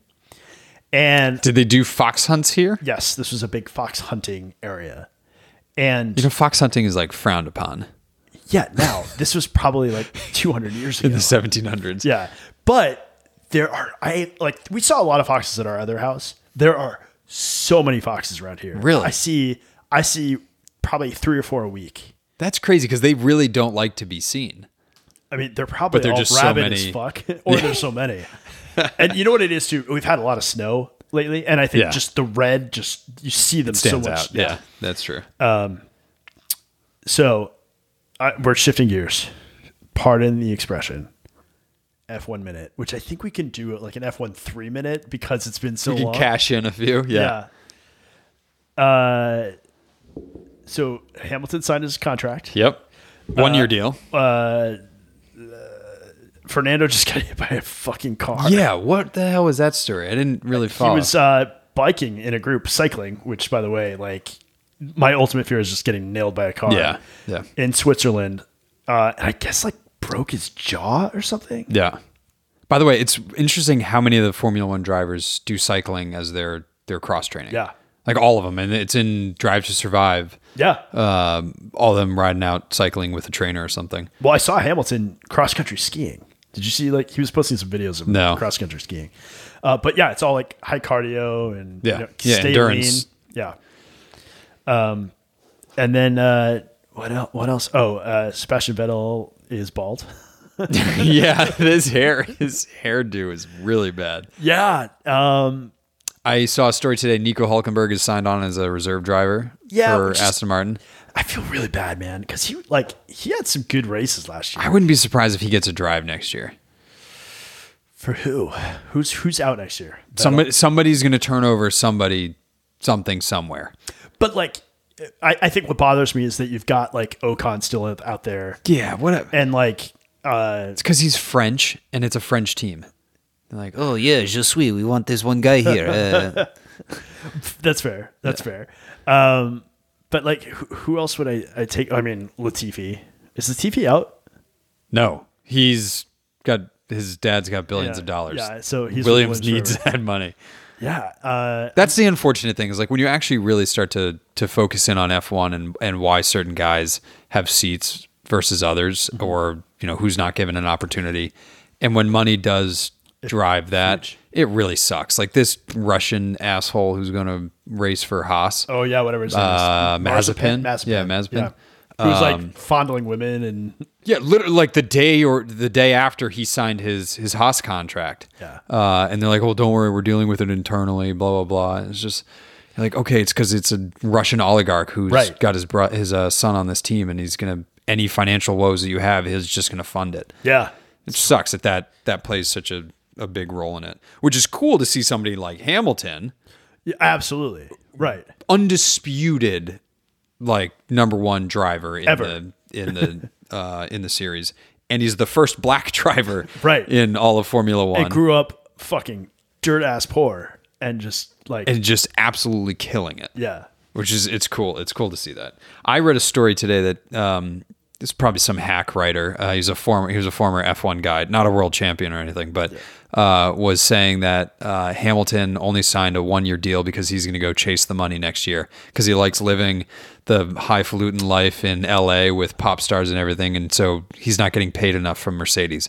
and
Did they do fox hunts here?
yes, this was a big fox hunting area, and
You know, fox hunting is like frowned upon
yeah, now this was probably like 200 years ago.
in the 1700s.
Yeah. But there are I like we saw a lot of foxes at our other house. There are so many foxes around here.
Really?
I see I see probably three or four a week.
That's crazy because they really don't like to be seen.
I mean, they're probably
they're
all
just so
rabid as
many.
fuck. or there's so many. and you know what it is too? We've had a lot of snow lately, and I think
Yeah.
just the red just you see them so
stands
much.
out. Yeah, that's true.
So I, we're shifting gears. Pardon the expression. F1 minute, which I think we can do like an F1 three minute because it's been so
You can
long.
cash in a few. Yeah.
Uh, so Hamilton signed his contract.
Yep. One
Uh,
year deal.
Fernando just got hit by a fucking car.
yeah. What the hell was that story? I didn't really
He
follow.
was uh, biking in a group, cycling, which, by the way, like my ultimate fear is just getting nailed by a car.
yeah. Yeah.
In Switzerland, uh, and I guess like broke his jaw or something.
Yeah. By the way, it's interesting how many of the Formula One drivers do cycling as their their cross training.
Yeah.
Like all of them, and it's in Drive to Survive.
Yeah.
Um, all of them riding out cycling with a trainer or something.
Well, I saw Hamilton cross country skiing. Did you see like he was posting some videos of
No.
cross country skiing? Uh, but yeah, it's all like high cardio and
Yeah. Yeah, endurance.
Yeah. Um, and then uh, what else? What else? Oh, uh, Sebastian Vettel is bald.
yeah, his hair, his hairdo is really bad.
Yeah. Um,
I saw a story today. Nico Hulkenberg is signed on as a reserve driver
Yeah,
for
which is-
Aston Martin.
I feel really bad, man, because he like he had some good races last year.
I wouldn't be surprised if he gets a drive next year.
For who? Who's who's out next year?
Somebody, somebody's going to turn over somebody, something somewhere.
But like, I, I think what bothers me is that you've got like Ocon still out out there,
Yeah, what?
and like, uh,
It's because he's French and it's a French team. They're like, oh,
Oh yeah, je suis. We want this one guy here. Uh,
That's fair. That's fair. Um, but like, who, who else would I, I take? I mean, Latifi. Is Latifi out?
no, he's got his dad's got billions
Yeah,
of dollars.
yeah, so he's
Williams
Williams
needs that money.
Yeah. Uh,
That's the unfortunate thing is like when you actually really start to to focus in on F1 and and why certain guys have seats versus others
Mm-hmm.
or you know who's not given an opportunity and when money does drive that it really sucks like this Russian asshole who's going to race for Haas
oh yeah, whatever his name
Uh,
is.
Mazepin?
Mazepin.
Yeah, Um, Mazepin.
Yeah. Who's like fondling women and
Yeah, literally, like the day or the day after he signed his his Haas contract.
Yeah.
Uh, and they're like, "Oh, don't worry, we're dealing with it internally." Blah blah blah. And it's just you're like, okay, it's because it's a Russian oligarch who's
Right.
got his bro- his uh, son on this team, and he's gonna any financial woes that you have, he's just gonna fund it.
yeah,
It sucks that that that plays such a a big role in it, which is cool to see somebody like Hamilton,
yeah, absolutely right.
undisputed like number one driver in
Ever.
the in the uh, in the series, and he's the first black driver
Right.
in all of Formula One,
I grew up fucking dirt ass poor and just like
and just absolutely killing it.
yeah,
which is it's cool. It's cool to see that. I read a story today that um, it's probably some hack writer. Uh, he's a former he was a former F one guy, not a world champion or anything, but uh, was saying that uh, Hamilton only signed a one year deal because he's going to go chase the money next year because he likes living the highfalutin life in L A with pop stars and everything, and so he's not getting paid enough from Mercedes.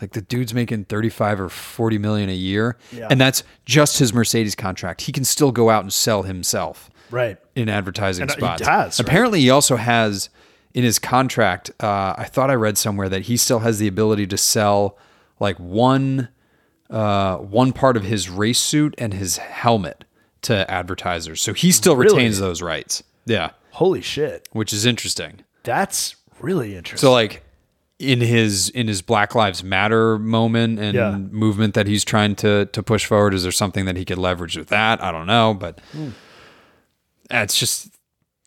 Like the dude's making 35 or 40 million a year
Yeah.
and that's just his Mercedes contract. He can still go out and sell himself
right.
in advertising
And uh, he
spots.
does, right?
Apparently, he also has in his contract. Uh, I thought I read somewhere that he still has the ability to sell like one uh, one part of his race suit and his helmet to advertisers. So he still retains those rights. Yeah,
Holy shit,
which is interesting.
that's really interesting.
So like in his in his Black Lives Matter moment and
Yeah.
movement that he's trying to to push forward, is there something that he could leverage with that? I don't know, but
Hmm.
Ah, it's just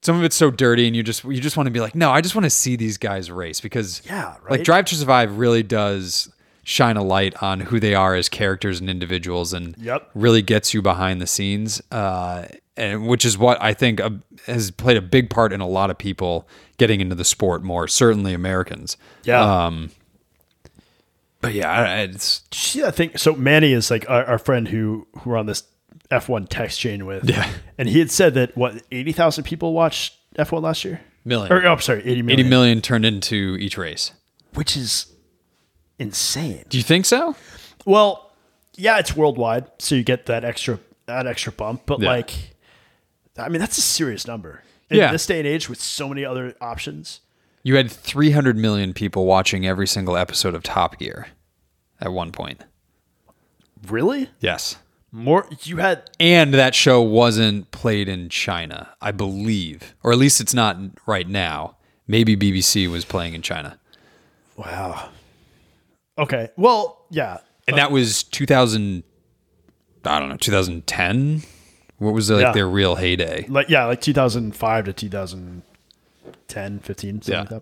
some of it's so dirty, and you just you just want to be like, no, I just want to see these guys race because
Yeah,
like
right?
Drive to Survive really does shine a light on who they are as characters and individuals, and
Yep.
really gets you behind the scenes, uh, and which is what I think uh, has played a big part in a lot of people getting into the sport more, certainly Americans. um,
yeah,
But yeah, I- I- it's
Did you see that thing? So Manny is like our, our friend who who we're on this F1 text chain with.
Yeah.
and he had said that what eighty thousand people watched F1 last year.
Million.
Or, oh, I'm sorry, 80 million,
eighty million turned into each race.
which is insane.
Do you think so?
Well, yeah, it's worldwide, so you get that extra that extra bump. But
Yeah.
like, I mean, that's a serious number in
Yeah.
this day and age with so many other options.
You had three hundred million people watching every single episode of Top Gear at one point.
Really,
Yes.
more you had
And that show wasn't played in China, I believe, or at least it's not right now. Maybe BBC was playing in China.
Wow. Okay. Well, yeah.
And that was 2000 I don't know, 2010. What was like
Yeah.
their real heyday?
Like yeah, like 2005 to 2010, 15, something
Yeah.
like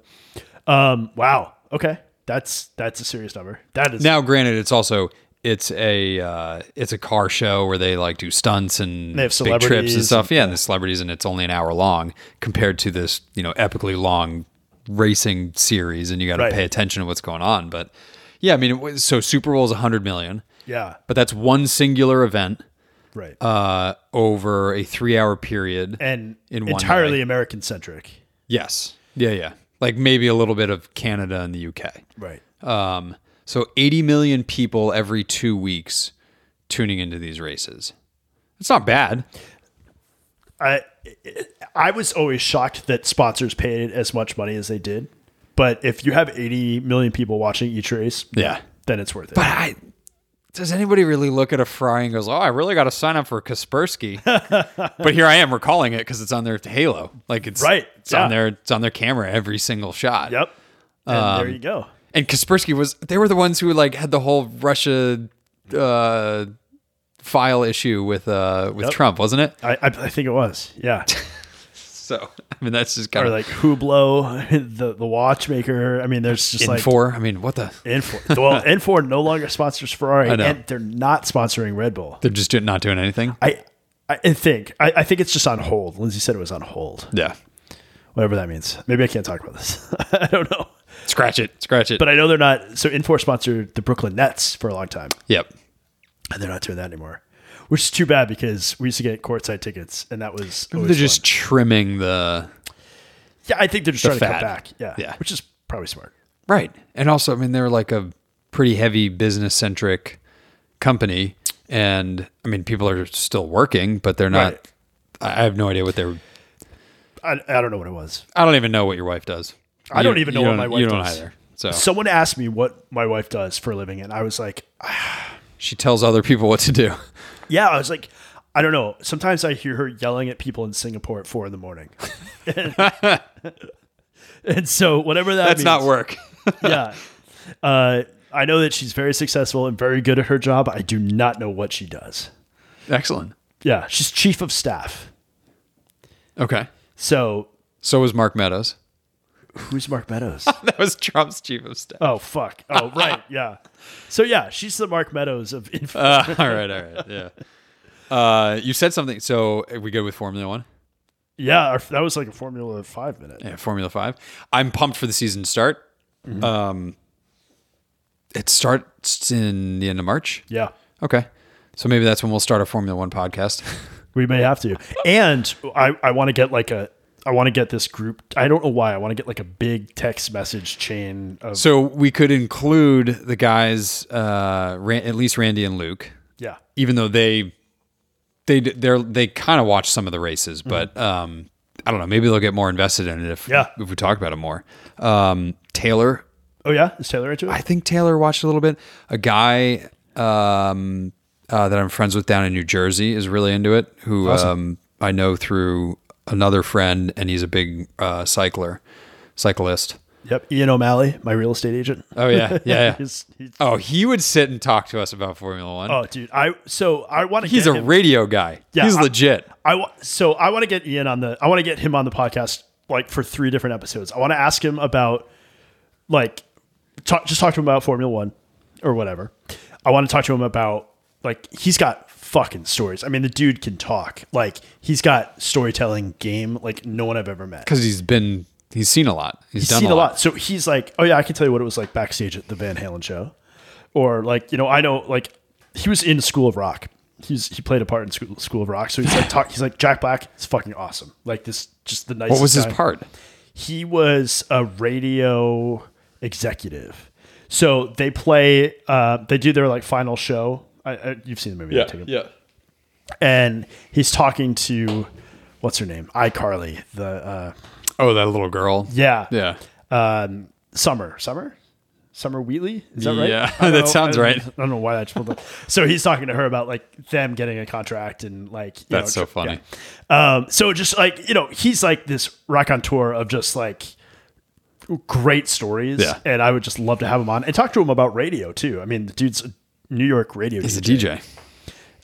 that. Um, wow. Okay. That's that's a serious number. That is
Now granted it's also it's a uh, it's a car show where they like do stunts and
They have
big trips and
celebrities
stuff. Yeah, and the celebrities and it's only an hour long compared to this, you know, epically long racing series and you got to
Right.
pay attention to what's going on, but yeah, I mean it was, so Super Bowl is 100 million,
yeah,
but that's one singular event
right.
uh, over a 3-hour period.
and
in one
entirely
way.
American centric.
Yes. Yeah, yeah. Like maybe a little bit of Canada and the UK.
Right.
Um, so 80 million people every two weeks tuning into these races. It's not bad.
I I was always shocked that sponsors paid as much money as they did. But if you have 80 million people watching each race,
Yeah.
then it's worth it.
But I, does anybody really look at a fry and goes, "Oh, I really got to sign up for Kaspersky"? but here I am recalling it because it's on their Halo. Like it's
Right,
It's on
yeah.
their it's on their camera every single shot.
yep. And
Um,
there you go.
And Kaspersky was they were the ones who like had the whole Russia uh, file issue with uh, with Trump, wasn't it?
I, I, I think it was. Yeah.
So I mean, that's just kind
or
of
like Hublot, the the watchmaker. I mean, there's just
in
like
four. I mean, what the?
Infor. Well, Infor no longer sponsors Ferrari,
know.
and they're not sponsoring Red Bull.
They're just doing, not doing anything.
I I think I, I think it's just on hold. Lindsay said it was on hold.
Yeah,
Whatever that means. Maybe I can't talk about this. I don't know.
scratch it, scratch it.
But I know they're not. So Infor sponsored the Brooklyn Nets for a long time,
yep.
and they're not doing that anymore. Which is too bad because we used to get courtside tickets, and that was always
They're just trimming the
fun. yeah. I think they're just trying
fat.
to cut back. Yeah,
Yeah.
Which is probably smart.
right, and also, I mean, they're like a pretty heavy business centric company, and I mean, people are still working, but they're not.
Right.
I I have no idea what they're.
I, I don't know what it was.
I don't even know what your wife does.
I don't even know
you
what my wife
You don't
does.
either. So,
Someone asked me what my wife does for a living, and I was like,
she tells other people what to do.
Yeah, I was like, I don't know. Sometimes I hear her yelling at people in Singapore at four in the morning. and so whatever that
That's
means,
not work.
yeah. Uh, I know that she's very successful and very good at her job. I do not know what she does.
Excellent.
Yeah, she's chief of staff.
Okay.
So
So was Mark Meadows.
who's Mark Meadows?
That was Trump's chief of staff.
oh fuck. Oh right. Yeah. So yeah, she's the Mark Meadows of info.
Uh, all right, all right, yeah. Uh, you said something. So are we good with Formula One?
yeah, our- that was like a Formula Five minute.
Yeah, Formula Five. I'm pumped for the season to start. Um, it starts in the end of March.
Yeah.
Okay, so maybe that's when we'll start a Formula One podcast.
We may have to. And I, I want to get like a I want to get this group. I don't know why. I want to get like a big text message chain of
so we could include the guys, uh, Ran- at least Randy and Luke,
yeah.
even though they they d- they're they kind of watch some of the races, but um, I don't know. Maybe they'll get more invested in it if
Yeah.
if we talk about it more. Um, Taylor
Oh yeah, is Taylor into it?
I think Taylor watched a little bit. A guy um, uh, that I'm friends with down in New Jersey is really into it, who um, I know through another friend, and he's a big uh, cycler, cyclist.
yep. Ian O'Malley, my real estate agent.
Oh yeah, yeah. yeah.
He's- he's-
oh, he would sit and talk to us about Formula One.
oh dude, I so I want to.
he's
get
a
him-
radio guy.
Yeah,
he's
I-
legit.
I wa- so I want to get Ian on the. I want to get him on the podcast like for three different episodes. I want to ask him about like talk, just talk to him about Formula One or whatever. I want to talk to him about like he's got fucking stories. I mean, the dude can talk. Like he's got storytelling game like no one I've ever met.
Because he's been, he's seen a lot. He's,
He's
done
seen
a lot.
So he's like, oh yeah, I can tell you what it was like backstage at the Van Halen show, or like you know, I know like he was in School of Rock. He's he played a part in School, School of Rock. So he's like, talk, he's like Jack Black. It's fucking awesome. Like this, just the nicest.
What was his
guy.
part?
He was a radio executive. So they play, uh, they do their like final show. I, I, you've seen the movie, I take it.
yeah.
And he's talking to what's her name, iCarly, the uh,
Oh, that little girl.
yeah,
yeah.
um, Summer, Summer, Summer Wheatley. Is that right?
Yeah,
I don't
that
know.
sounds
I don't-
right.
I don't know why that's pulled up. So he's talking to her about like them getting a contract and like you
That's
know,
so funny.
yeah. Um, so just like you know, he's like this raconteur of just like great stories.
Yeah.
And I would just love to have him on and talk to him about radio too. I mean, the dude's a New York radio
He's a DJ.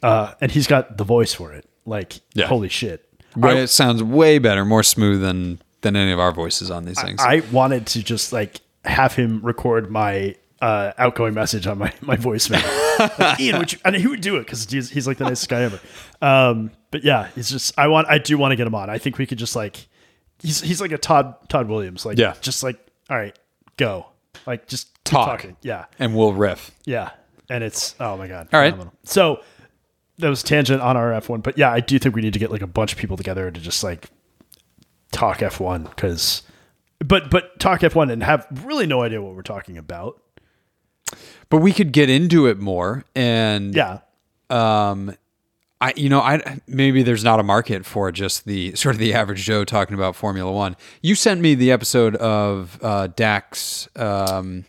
Uh, and he's got the voice for it. Like,
Yeah.
holy shit.
But it sounds way better, more smooth than than any of our voices on these things.
I wanted to just like have him record my uh, outgoing message on my my voicemail. like, Ian, would you, and he would do it because he's, he's like the nicest guy ever. Um, but yeah, he's just I want I do want to get him on. I think we could just like he's he's like a Todd Todd Williams. Like
Yeah.
just like all right, go like just keep
Talk.
talking. Yeah,
and we'll riff.
yeah, and it's oh my god,
All right.
So that was tangent on our F one, but yeah, I do think we need to get like a bunch of people together to just like talk F one because, but but talk F one and have really no idea what we're talking about.
But we could get into it more and
Yeah,
I you know I maybe there's not a market for just the sort of the average Joe talking about Formula One. You sent me the episode of uh, Dax um,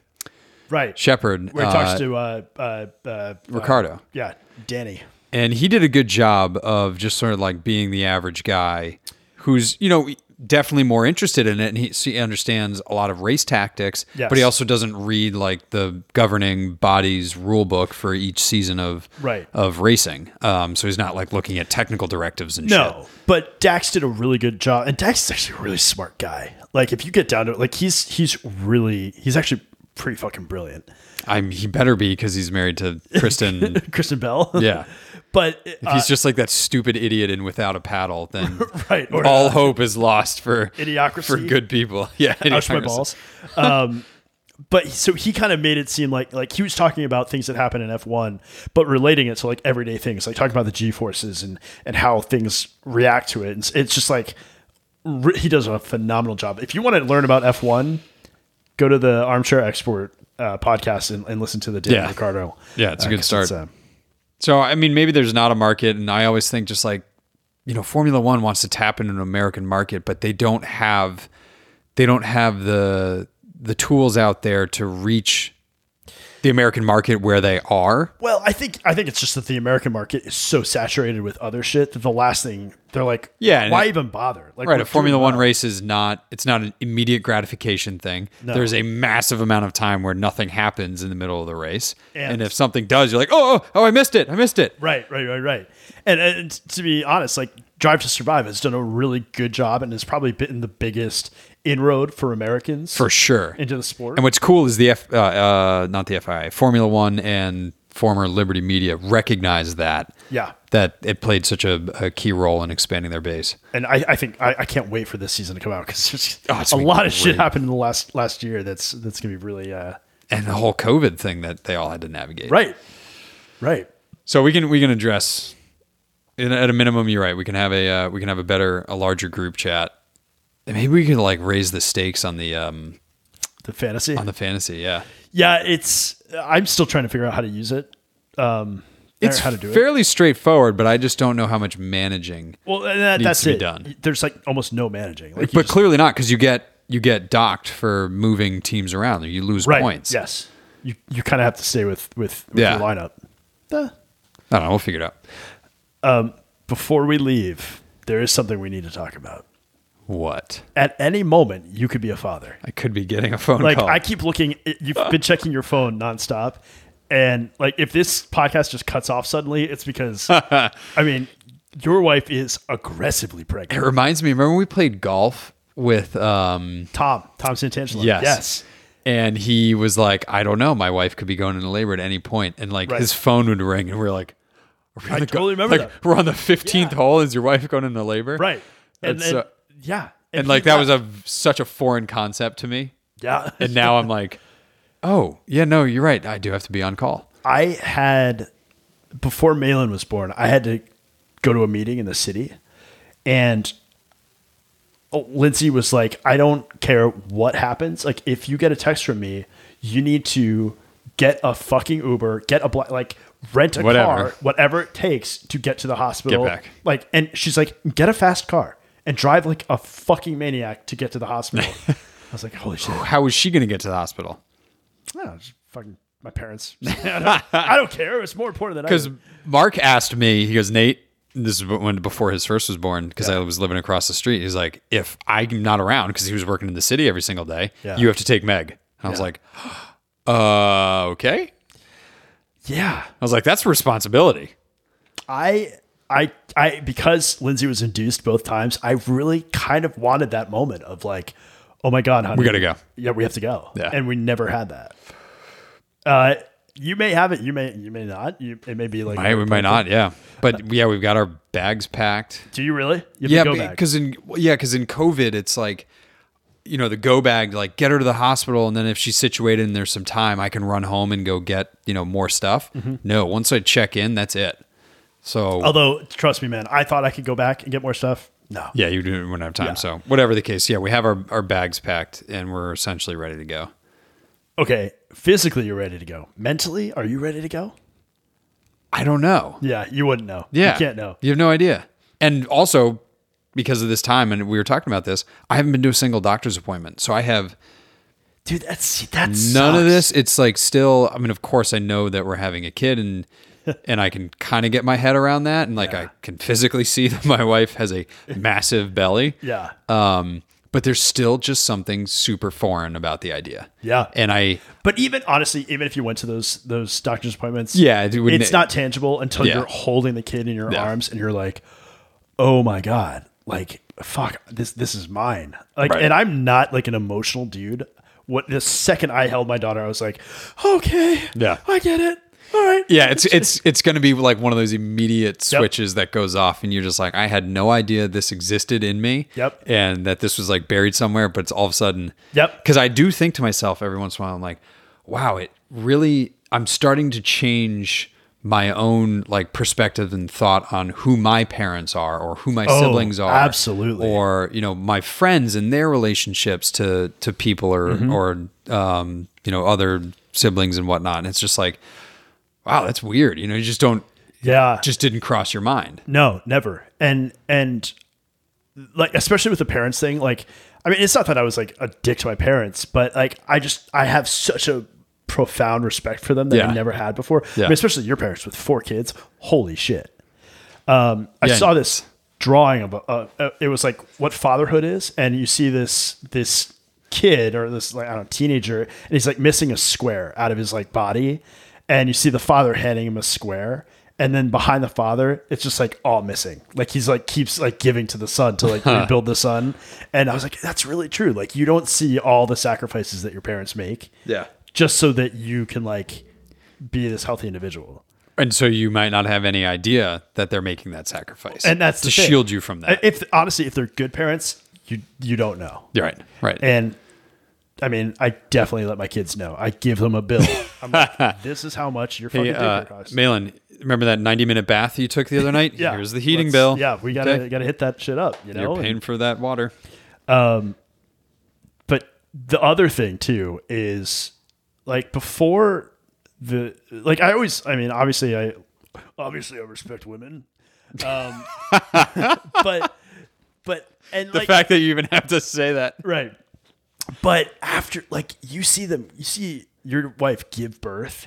right.
Shepard
Where he
uh,
talks to uh, uh, uh,
Ricardo,
yeah, Danny.
and he did a good job of just sort of like being the average guy who's you know definitely more interested in it and he, so he understands a lot of race tactics
Yes.
but he also doesn't read like the governing body's rule book for each season of
Right.
of racing um, so he's not like looking at technical directives and
No,
shit
but Dax did a really good job, and Dax is actually a really smart guy. Like if you get down to it, like he's he's really he's actually pretty fucking brilliant.
I'm he better be because he's married to Kristen
Kristen Bell.
yeah
But
if he's just like that stupid idiot in without a paddle then
Uh, Right. Or uh,
all hope is lost for
Idiocracy.
for good people yeah
ouch my
idiocracy.
balls. Um, but so he kind of made it seem like like he was talking about things that happen in F one, but relating it to like everyday things, like talking about the G forces and and how things react to it. And it's- it's just like re- he does a phenomenal job. If you want to learn about F one, go to the Armchair Export uh, podcast and, and listen to the Dan
Yeah.
Ricardo.
Yeah, it's a
Uh,
good
'cause
start.
it's, uh,
So I mean, maybe there's not a market, and I always think just like you know, Formula One wants to tap into an American market, but they don't have they don't have the the tools out there to reach the American market where they are.
well, I think I think it's just that the American market is so saturated with other shit that the last thing they're like,
Yeah, and
why
it-
even bother? Like,
Right,
we're
a Formula
doing
One
well.
race is not it's not an immediate gratification thing. There's a massive amount of time where nothing happens in the middle of the race.
And-
And, if something does, you're like, oh, oh, oh, I missed it. I missed it.
Right, right, right, right. And, and to be honest, like Drive to Survive has done a really good job and has probably been the biggest inroad for Americans
For sure.
into the sport.
And what's cool is the F, uh, uh, not the FIA, Formula One and former Liberty Media recognize that.
Yeah.
That it played such a, a key role in expanding their base.
and I, I think I, I can't wait for this season to come out because
Oh, it's
a
gonna be
lot of shit
great.
happened in the last last year. That's that's gonna be really uh,
And the whole COVID thing that they all had to navigate.
right, right.
So we can we can address, and at a minimum, you're right. We can have a uh, we can have a better a larger group chat. And maybe we can like raise the stakes on the um
The fantasy,
on the fantasy. Yeah.
yeah. It's I'm still trying to figure out how to use it. Um,
It's
how to do it.
fairly straightforward, but I just don't know how much managing.
Well, and that,
needs
that's
to be
it.
done.
There's like almost no managing. Like you
but
just-
clearly not because you get you get docked for moving teams around. You lose
right,
points.
yes. You you kind of have to stay with with, with
Yeah.
your lineup. Eh.
I don't know. We'll figure it out.
before we leave, there is something we need to talk about.
What?
At any moment, you could be a father.
I could be getting a phone
Like
call.
I keep looking. You've been checking your phone nonstop, and like if this podcast just cuts off suddenly, it's because I mean your wife is aggressively
it
pregnant.
reminds me. Remember we played golf with um.
Tom Tom Santangelo.
Yes.
Yes.
And he was like, I don't know. My wife could be going into labor at any point, and like
Right.
his phone would ring, and we are like, are we
I
on the
totally remember
like,
that.
We're on the fifteenth
Yeah.
hole. Is your wife going into labor?
Right. And,
That's,
then
uh,
yeah.
And like that was
a
a such a foreign concept to me,
yeah.
and now I'm like, oh yeah, no, you're right. I do have to be on call.
I had before Malin was born, I had to go to a meeting in the city, and oh, Lindsay was like, "I don't care what happens. Like, if you get a text from me, you need to get a fucking Uber, get a bla- like rent a
Whatever.
car, whatever it takes to get to the hospital.
Get back.
Like, and she's like, get a fast car and drive like a fucking maniac to get to the hospital." I was like, "Holy shit!"
How is she going to get to the hospital?
I don't know, just fucking my parents. I, don't, I don't care. It's more important than I.
Because Mark asked me, he goes, Nate, this is when before his first was born because I was living across the street. He's like, if I'm not around because he was working in the city every single day,
Yeah.
you have to take Meg. And I was like, uh, okay.
Yeah.
I was like, that's responsibility.
I I I because Lindsay was induced both times, I really kind of wanted that moment of like, oh my god, honey,
We gotta go.
Yeah, we have to go.
Yeah.
and we never had that. Uh, you may have it. You may you may not. You, it may be like,
Right? We might not, yeah. But yeah, we've got our bags packed.
do you really? You have
yeah,
to go back.
because in well, yeah, because in COVID, it's like you know the go bag, like get her to the hospital, and then if she's situated and there's some time, I can run home and go get you know more stuff.
Mm-hmm.
No, once I check in, that's it. So
Although, trust me, man, I thought I could go back and get more stuff. No.
yeah, you didn't wouldn't have time. So whatever the case, yeah, we have our our bags packed and we're essentially ready to go.
Okay. Physically, you're ready to go. Mentally, are you ready to go?
I don't know.
Yeah, you wouldn't know.
Yeah,
you can't know.
You have no idea. And also because of this time, and we were talking about this, I haven't been to a single doctor's appointment, so I have.
Dude, that's that's
none of this it's like still i mean of course i know that we're having a kid and and i can kind of get my head around that and like i can physically see that my wife has a massive belly
Yeah.
um but there's still just something super foreign about the idea
Yeah.
and i
But even honestly, even if you went to those those doctor's appointments,
Yeah, it wouldn't-
it's not tangible until
Yeah.
you're holding the kid in your
Yeah.
arms and you're like, oh my god, like fuck, this this is mine. Like,
Right.
and I'm not like an emotional dude. What the second I held my daughter, I was like, okay,
Yeah.
I get it. All right,
yeah it's it's it's going to be like one of those immediate switches that goes off and you're just like i had no idea this existed in me
Yep.
and that this was like buried somewhere but it's all of a sudden
Yep.
because i do think to myself every once in a while i'm like wow it really i'm starting to change my own like perspective and thought on who my parents are or who my siblings are
Oh, absolutely.
or you know my friends and their relationships to to people or
Mm-hmm.
or um you know other siblings and whatnot and it's just like wow, that's weird. You know, you just don't,
yeah,
just didn't cross your mind.
No, never. And and like especially with the parents thing, like I mean, it's not that I was like a dick to my parents, but like I just I have such a profound respect for them that
Yeah.
I never had before. I
Yeah.
mean, especially your parents with four kids. Holy shit. Um, I
Yeah.
saw this drawing of a, uh, uh, it was like what fatherhood is and you see this this kid or this like I don't know, teenager and he's like missing a square out of his like body and you see the father handing him a square and then behind the father it's just like all missing like he's like keeps like giving to the son to like rebuild the son and I was like that's really true like you don't see all the sacrifices that your parents make
Yeah.
just so that you can like be this healthy individual
And so you might not have any idea that they're making that sacrifice.
and that's
to
the thing.
shield you from that.
If honestly, if they're good parents, you you don't know.
You're right. Right.
And I mean, I definitely let my kids know. I give them a bill. I'm like, this is how much your fucking
hey,
daycare
uh,
costs.
Malin, remember that 90 minute bath you took the other night?
Yeah,
Here's the heating
let's-
bill.
Yeah, we gotta
Okay?
gotta hit that shit up. You know,
You're paying for that water.
but the other thing too is like before the like I always I mean obviously I obviously I respect women, um, but but and
The
like
fact that you even have to say that.
Right. But after, like, you see them, you see your wife give birth,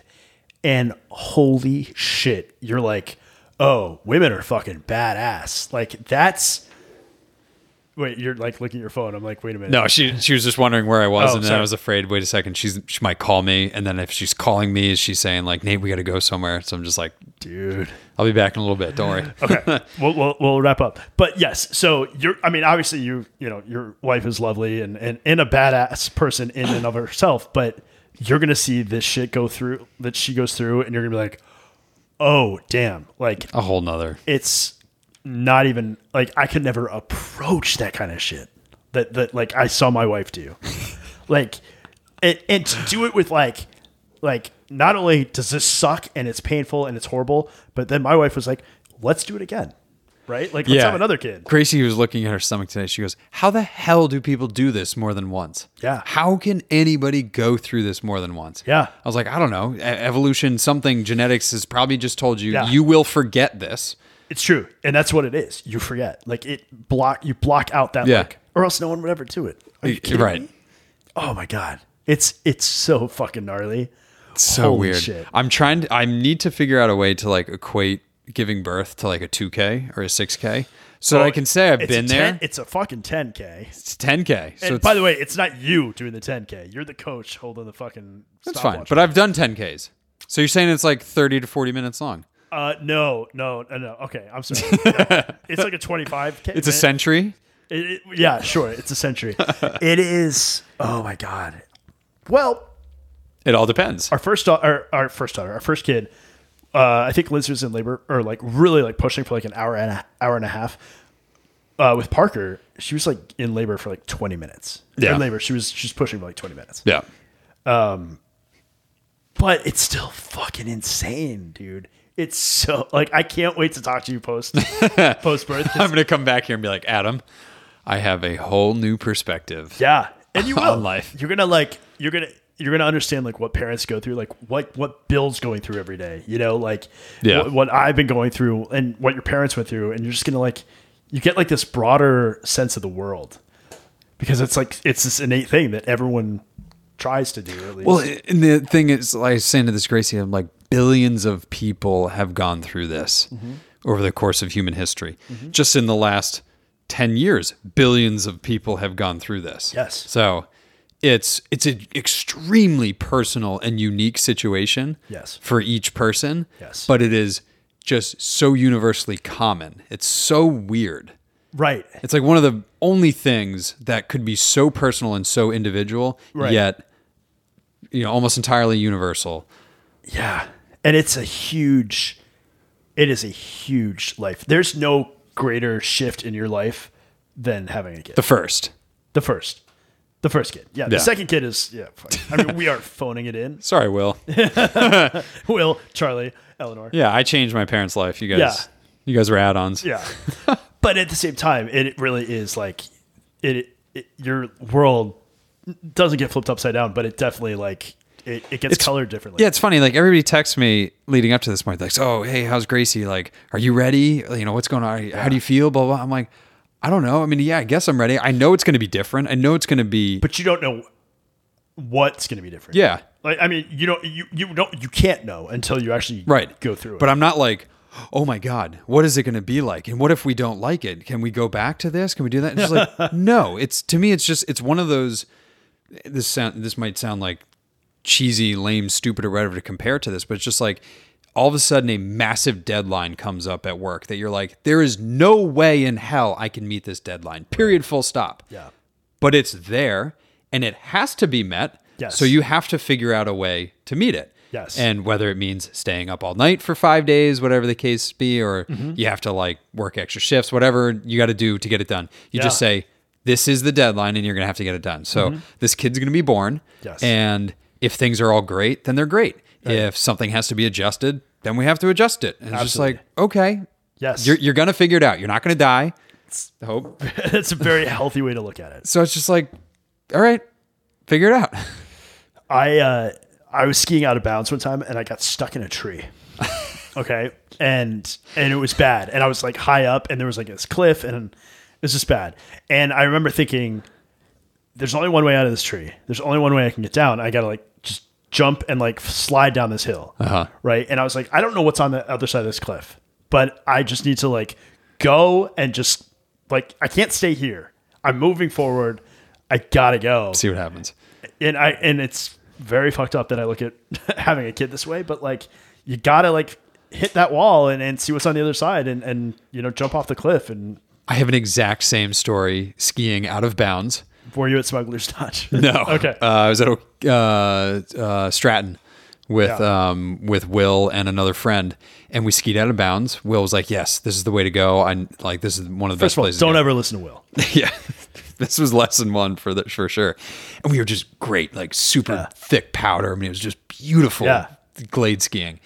and holy shit, you're like, oh, women are fucking badass. Like, that's. Wait, you're like looking at your phone. I'm like, wait a minute.
No, she she was just wondering where I was,
Oh,
and then
sorry.
I was afraid. Wait a second, she's she might call me, and then if she's calling me, is she saying like Nate, we got to go somewhere? So I'm just like,
Dude.
I'll be back in a little bit. Don't worry.
Okay. we'll, we'll, we'll wrap up. But yes, so you're, I mean, obviously, you, you know, your wife is lovely and, and, and a badass person in and of herself, but you're going to see this shit go through that she goes through, and you're going to be like, oh, damn. Like,
a whole nother.
it's not even like I could never approach that kind of shit that that like I saw my wife do, like, and, and to do it with like, like not only does this suck and it's painful and it's horrible, but then my wife was like, "Let's do it again," right? Like, let's have another kid.
Gracie was looking at her stomach today. She goes, How the hell do people do this more than once?
Yeah.
How can anybody go through this more than once?
Yeah.
I was like, I don't know. E- evolution, something, genetics has probably just told you,
Yeah.
you will forget this.
It's true, and that's what it is. You forget, like it block you block out that
Yeah.
look, or else no one would ever do it. Are you kidding
right.
me? Oh my god, it's it's so fucking gnarly.
So
Holy
weird.
shit.
I'm trying to, I need to figure out a way to like equate giving birth to like a 2K or a 6K. So I can say I've
It's
been
a
there.
10 it's a fucking 10k.
it's 10K. So
And
it's,
by the way, it's not you doing the 10k. You're the coach holding the fucking.
that's fine. But I've done 10Ks. So you're saying it's like 30 to 40 minutes long.
uh, no, no, no, no. Okay, I'm sorry. it's like a 25k.
It's a
century.
century.
It, it- yeah, sure. It's a century. it is. Oh my god. Well,
It all depends.
our first daughter, our, our first daughter, our first kid. Uh, I think Liz was in labor, or like really like pushing for like an hour and a, hour and a half. Uh, with Parker, she was like in labor for like twenty minutes.
Yeah.
in labor, she was she's pushing for like twenty minutes.
Yeah.
But it's still fucking insane, dude. It's so like I can't wait to talk to you post post birth.
I'm going to come back here and be like, Adam, I have a whole new perspective.
Yeah, and you will.
On life.
You're gonna like. You're gonna. You're gonna understand like what parents go through, like what what Bill's going through every day. You know, like
Yeah.
what, what I've been going through and what your parents went through, and you're just gonna like you get like this broader sense of the world because it's like it's this innate thing that everyone tries to do. At least.
Well, and the thing is, like I was saying to this Gracie, I'm like, billions of people have gone through this
Mm-hmm.
over the course of human history. Just in the last 10 years, billions of people have gone through this.
Yes.
So it's it's an extremely personal and unique situation
Yes.
for each person.
Yes.
But it is just so universally common. It's so weird.
right.
It's like one of the only things that could be so personal and so individual,
Right.
yet you know almost entirely universal.
Yeah. And it's a huge, it is a huge life. There's no greater shift in your life than having a kid.
The first,
The first. The first kid. Yeah. The
Yeah.
second kid is, yeah. fine. I mean, we are phoning it in.
sorry, Will.
Will, Charlie, Eleanor.
Yeah, I changed my parents' life. You guys,
Yeah.
you guys were add-ons.
Yeah. but at the same time, it really is like, it, it your world doesn't get flipped upside down, but it definitely like, it, it gets colored differently.
Yeah, it's funny. Like everybody texts me leading up to this point, like, "Oh, hey, how's Gracie? Like, are you ready? You know, what's going on? How do you feel? Blah blah." I'm like, I don't know. I mean, yeah, I guess I'm ready. I know it's going to be different. I know it's going to be.
But you don't know what's going to be different.
yeah,
Like I mean, you don't you you don't you can't know until you actually
right
go through it.
but i'm not like oh my god what is it going to be like and what if we don't like it can we go back to this can we do that it's just like no it's to me it's just it's one of those this sound this might sound like cheesy lame stupid or whatever to compare to this but it's just like all of a sudden a massive deadline comes up at work that you're like there is no way in hell i can meet this deadline period full stop
yeah,
but it's there and it has to be met.
Yes.
So you have to figure out a way to meet it.
Yes.
And whether it means staying up all night for five days, whatever the case be, or
Mm-hmm.
you have to like work extra shifts, whatever you got to do to get it done. You just
Yeah. Mm-hmm.
say, this is the deadline and you're going to have to get it done. So this kid's going to be born.
Yes.
And if things are all great, then they're great. If something has to be adjusted, then we have to adjust it. And it's just like,
Absolutely.
okay.
Yes.
You're, you're going to figure it out. You're not going to die. I hope.
that's a very healthy way to look at it.
So it's just like, all right, figure it out.
I uh, I was skiing out of bounds one time and I got stuck in a tree. okay, and and it was bad, and I was like high up, and there was like this cliff, and it was just bad. And I remember thinking, there's only one way out of this tree. There's only one way I can get down. I gotta like just jump and like slide down this hill, uh-huh. right? And I was like, I don't know what's on the other side of this cliff, but I just need to like go and just like I can't stay here. I'm moving forward. I gotta go
See what happens.
and I and it's very fucked up that I look at having a kid this way, but like you gotta like hit that wall and, and see what's on the other side and and you know jump off the cliff and
I have an exact same story skiing out of bounds.
were you at Smuggler's Notch?
No.
okay.
Uh, I was at uh, uh, Stratton with
Yeah.
um, with Will and another friend, and we skied out of bounds. Will was like, "Yes, this is the way to go." I like this is one of the best
First of all,
places.
don't
to
ever listen to Will.
go." yeah. This was lesson one for the, for sure, and we were just great, like super thick powder. I mean, it was just beautiful
Yeah.
glade skiing,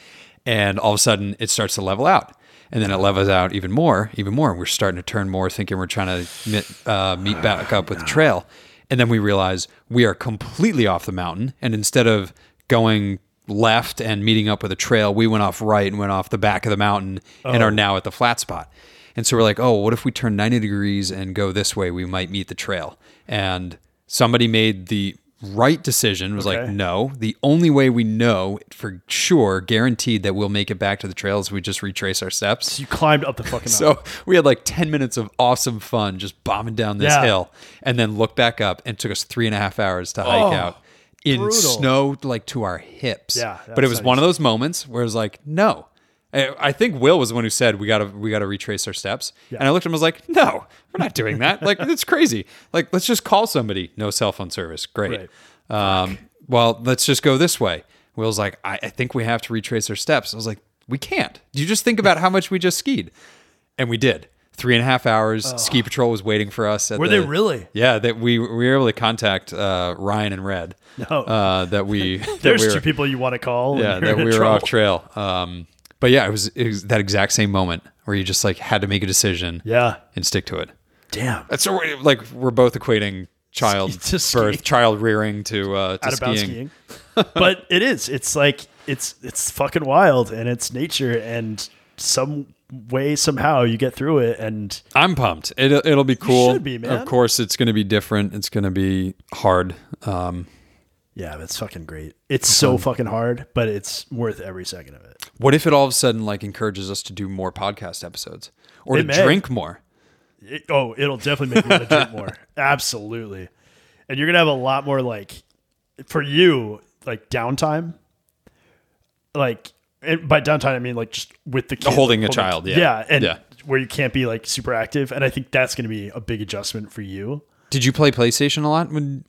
and all of a sudden it starts to level out, and then it levels out even more, even more, and we're starting to turn more, thinking we're trying to meet, uh, meet back up with the trail, and then we realize we are completely off the mountain, and instead of going left and meeting up with a trail, we went off right and went off the back of the mountain and are now at the flat spot. And so we're like, oh, what if we turn 90 degrees and go this way? We might meet the trail. And somebody made the right decision was like
Okay.
no the only way we know for sure guaranteed that we'll make it back to the trail is we just retrace our steps
You climbed up the fucking
so
mountain.
we had like 10 minutes of awesome fun just bombing down this
Yeah.
hill and then looked back up and took us three and a half hours to hike
Oh,
out in
brutal.
snow like to our hips
Yeah, that
but it was
was
one of those moments where it was like no I I think Will was the one who said we gotta we gotta retrace our steps, and I looked at him. I was like, "No, we're not doing that. Like, that's crazy. Like, let's just call somebody. No cell phone service. Great. Um, well, let's just go this way." Will's like, I, "I think we have to retrace our steps." I was like, "We can't. You just think about how much we just skied." and we did. Three and a half hours. Ski patrol was waiting for us. At
Oh. Were
the-
they really?
Yeah, that we we were able to contact uh, Ryan and Red. No, uh, that we that
There's
we were,
two people you want to call. when
Yeah,
you're
that we
in
were
trouble.
off trail. Um, but yeah, it was, it was that exact same moment where you just like had to make a decision.
Yeah.
and stick to it.
Damn.
That's so we- like we're both equating child
Ski- to skiing.
birth, child rearing to uh, to
out of bounds
skiing.
skiing. but it is. It's like it's it's fucking wild and it's nature and some way somehow you get through it and
I'm pumped. It, it'll be cool.
should be, man.
Of course, it's going to be different. It's going to be hard. Um,
yeah, but it's fucking great. It's so fucking hard, but it's worth every second of it.
What if it all of a sudden like encourages us to do more podcast episodes or
It
to
may.
drink more?
It- oh, it'll definitely make you want to drink more. Absolutely. And you're gonna have a lot more like for you, like downtime. Like and by downtime I mean like just with the kid,
Holding
like,
a child, yeah.
Yeah. And
Yeah.
where you can't be like super active. And I think that's gonna be a big adjustment for you.
Did you play PlayStation a lot when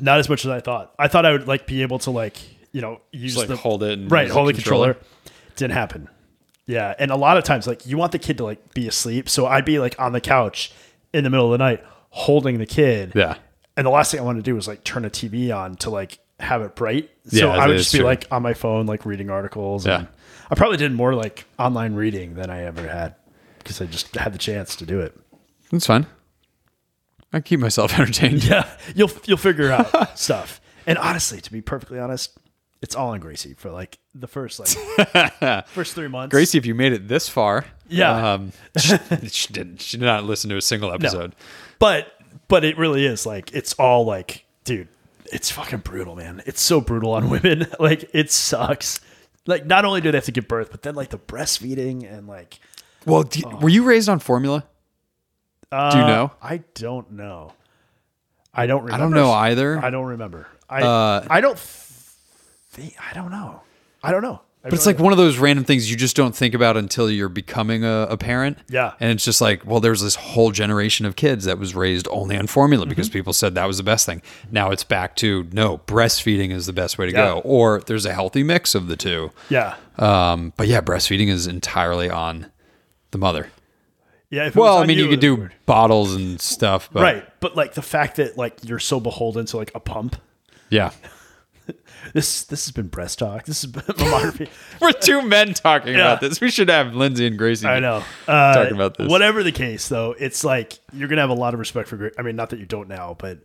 not as much as I thought. I thought I would like be able to like you know use
like,
the
hold it and
right
use
hold
the
the controller. Didn't happen. Yeah, and a lot of times like you want the kid to like be asleep, so I'd be like on the couch in the middle of the night holding the kid.
Yeah.
and the last thing I wanted to do was like turn a TV on to like have it bright. So
Yeah,
I would
that's
just be
true.
like on my phone like reading articles.
Yeah.
and I probably did more like online reading than I ever had because I just had the chance to do it.
That's fine. I keep myself entertained.
Yeah, you'll you'll figure out stuff. And honestly, to be perfectly honest, it's all on Gracie for like the first like first three months.
Gracie, if you made it this far,
Yeah.
um, she, she didn't. She did not listen to a single episode.
but but it really is like it's all like, dude, it's fucking brutal, man. It's so brutal on women. Like it sucks. Like not only do they have to give birth, but then like the breastfeeding and like
Well, do, were you raised on formula?
uh,
Do you know?
I don't know. I don't. Remember.
I don't know either.
I don't remember. I
Uh,
I don't think. I don't know. I don't know.
but it's like one of those random things you just don't think about until you're becoming a, a parent.
Yeah.
And it's just like, well, there's this whole generation of kids that was raised only on formula
Mm-hmm.
because people said that was the best thing. Now it's back to no, breastfeeding is the best way to
Yeah.
go, or there's a healthy mix of the two.
yeah.
Um, but yeah, breastfeeding is entirely on the mother.
Yeah. If it was
Well, I
on
mean, you
it
could
was
do
weird.
bottles and stuff, but
right, but like the fact that like you're so beholden to like a pump.
yeah.
This this has been breast talk. This has been mammography.
We're two men talking about this. We should have Lindsay and Gracie.
I know. Uh,
Talking about this.
Whatever the case, though, it's like you're gonna have a lot of respect for. Gra- I mean, not that you don't now, but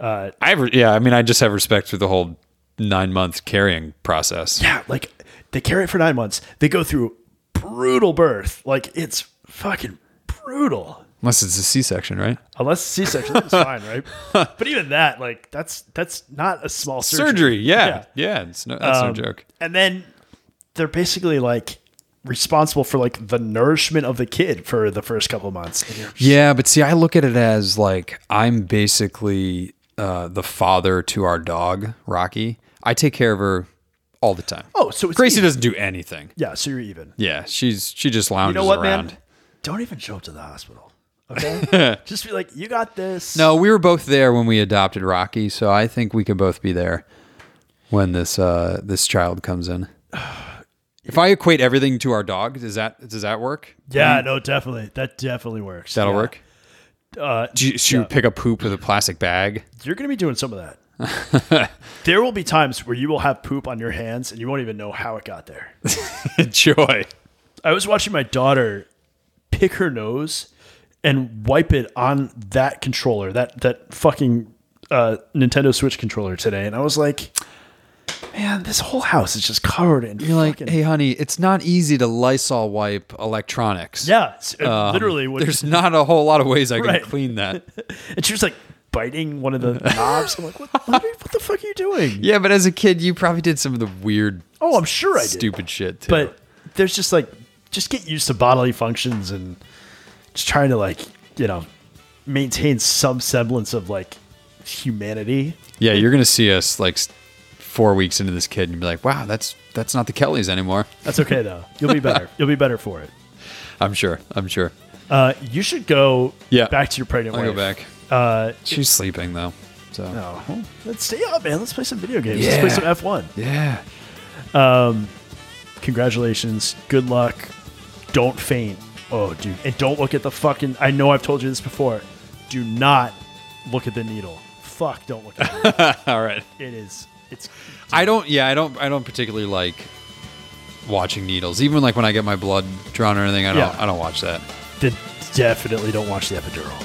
uh,
I have, yeah, I mean, I just have respect for the whole nine month carrying process.
yeah, like they carry it for nine months. They go through brutal birth. Like it's fucking brutal.
Unless it's a C section, right?
Unless C-section is fine, right? But even that, like that's that's not a small surgery.
Surgery, yeah. Um, Yeah, it's no, that's no joke.
and then they're basically like responsible for like the nourishment of the kid for the first couple of months. And you're-
Yeah, but see, I look at it as like I'm basically uh, the father to our dog, Rocky. I take care of her all the time.
Oh, so it's
Gracie
even.
doesn't do anything.
yeah, so you're even.
Yeah, she's she just lounges
You know what,
around.
man? Don't even show up to the hospital. Okay, just be like, you got this.
No, we were both there when we adopted Rocky, so I think we could both be there when this uh, this child comes in. If I equate everything to our dog, does that does that work?
Yeah, no, definitely. That definitely works.
That'll
Yeah.
work.
Uh,
Do you, should you pick up poop with a plastic bag?
you're going to be doing some of that. there will be times where you will have poop on your hands and you won't even know how it got there.
Enjoy.
I was watching my daughter pick her nose and wipe it on that controller, that that fucking uh, Nintendo Switch controller today, and I was like, "Man, this whole house is just covered in."
You're like,
fucking-
hey, honey, it's not easy to Lysol wipe electronics.
yeah, it's- it
Um,
literally." What,
there's not a whole lot of ways I can
Right.
clean that.
and she was like, biting one of the knobs. I'm like, what, what, are you- what the fuck are you doing?
Yeah, but as a kid, you probably did some of the weird,
Oh, I'm sure I did.
stupid shit too.
But there's just like, just get used to bodily functions and just trying to like, you know, maintain some semblance of like humanity.
yeah, you're gonna see us like s- four weeks into this kid and be like, "Wow, that's that's not the Kellys anymore."
That's okay though. You'll be better. You'll be better for it.
I'm sure. I'm sure.
Uh, you should go
Yeah.
back to your pregnant
I'll
wife.
go back.
Uh,
She's sleeping though. So
no. Let's stay up, man. Let's play some video games. Let's play
Yeah.
some
yeah,
F1. Congratulations. Good luck. Don't faint. Oh, dude. And don't look at the fucking. I know I've told you this before. Do not look at the needle. Fuck, don't look at it.
all right.
it is. It's.
I don't. Yeah, I don't. I don't particularly like watching needles. Even like when I get my blood drawn or anything, I don't.
Yeah.
I don't watch that.
Then definitely don't watch the epidural.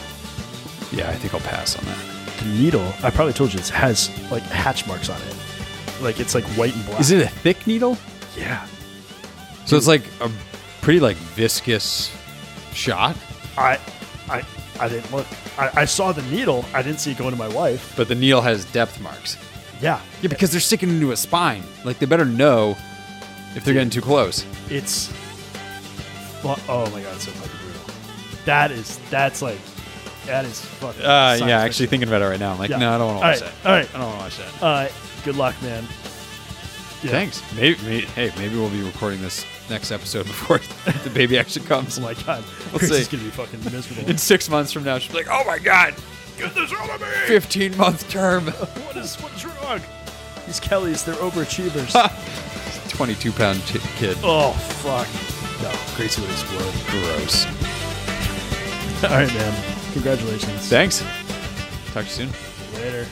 Yeah, I think I'll pass on that.
The needle, I probably told you this, has like hatch marks on it. Like it's like white and black.
Is it a thick needle?
Yeah.
So it's like a pretty like viscous shot,
I, I, I didn't look. I, I saw the needle. I didn't see it going to my wife.
but the needle has depth marks.
Yeah.
Yeah, because they're sticking into a spine. Like they better know if they're getting too close.
It's. fu- Oh my god, it's so fucking brutal. That is. That's like. That is fucking.
Uh,
science
yeah, actually
fiction.
thinking about it right now, I'm like,
Yeah.
no, I don't want to watch
Alright,
that.
alright.
I don't want to watch that.
Uh, good luck, man. Yeah.
Thanks. Maybe, may hey, maybe we'll be recording this next episode before the baby actually comes.
Oh my god,
We'll
Chris
see.
is gonna be fucking miserable.
In six months from now, she'll be like, oh my god,
Get this out of me!
15 month term,
What is what's wrong? These Kellys, they're overachievers.
22 pound chi- kid.
oh fuck. No, Gracie would explode.
Gross.
All right, man. Congratulations.
Thanks. Talk to you soon.
Later.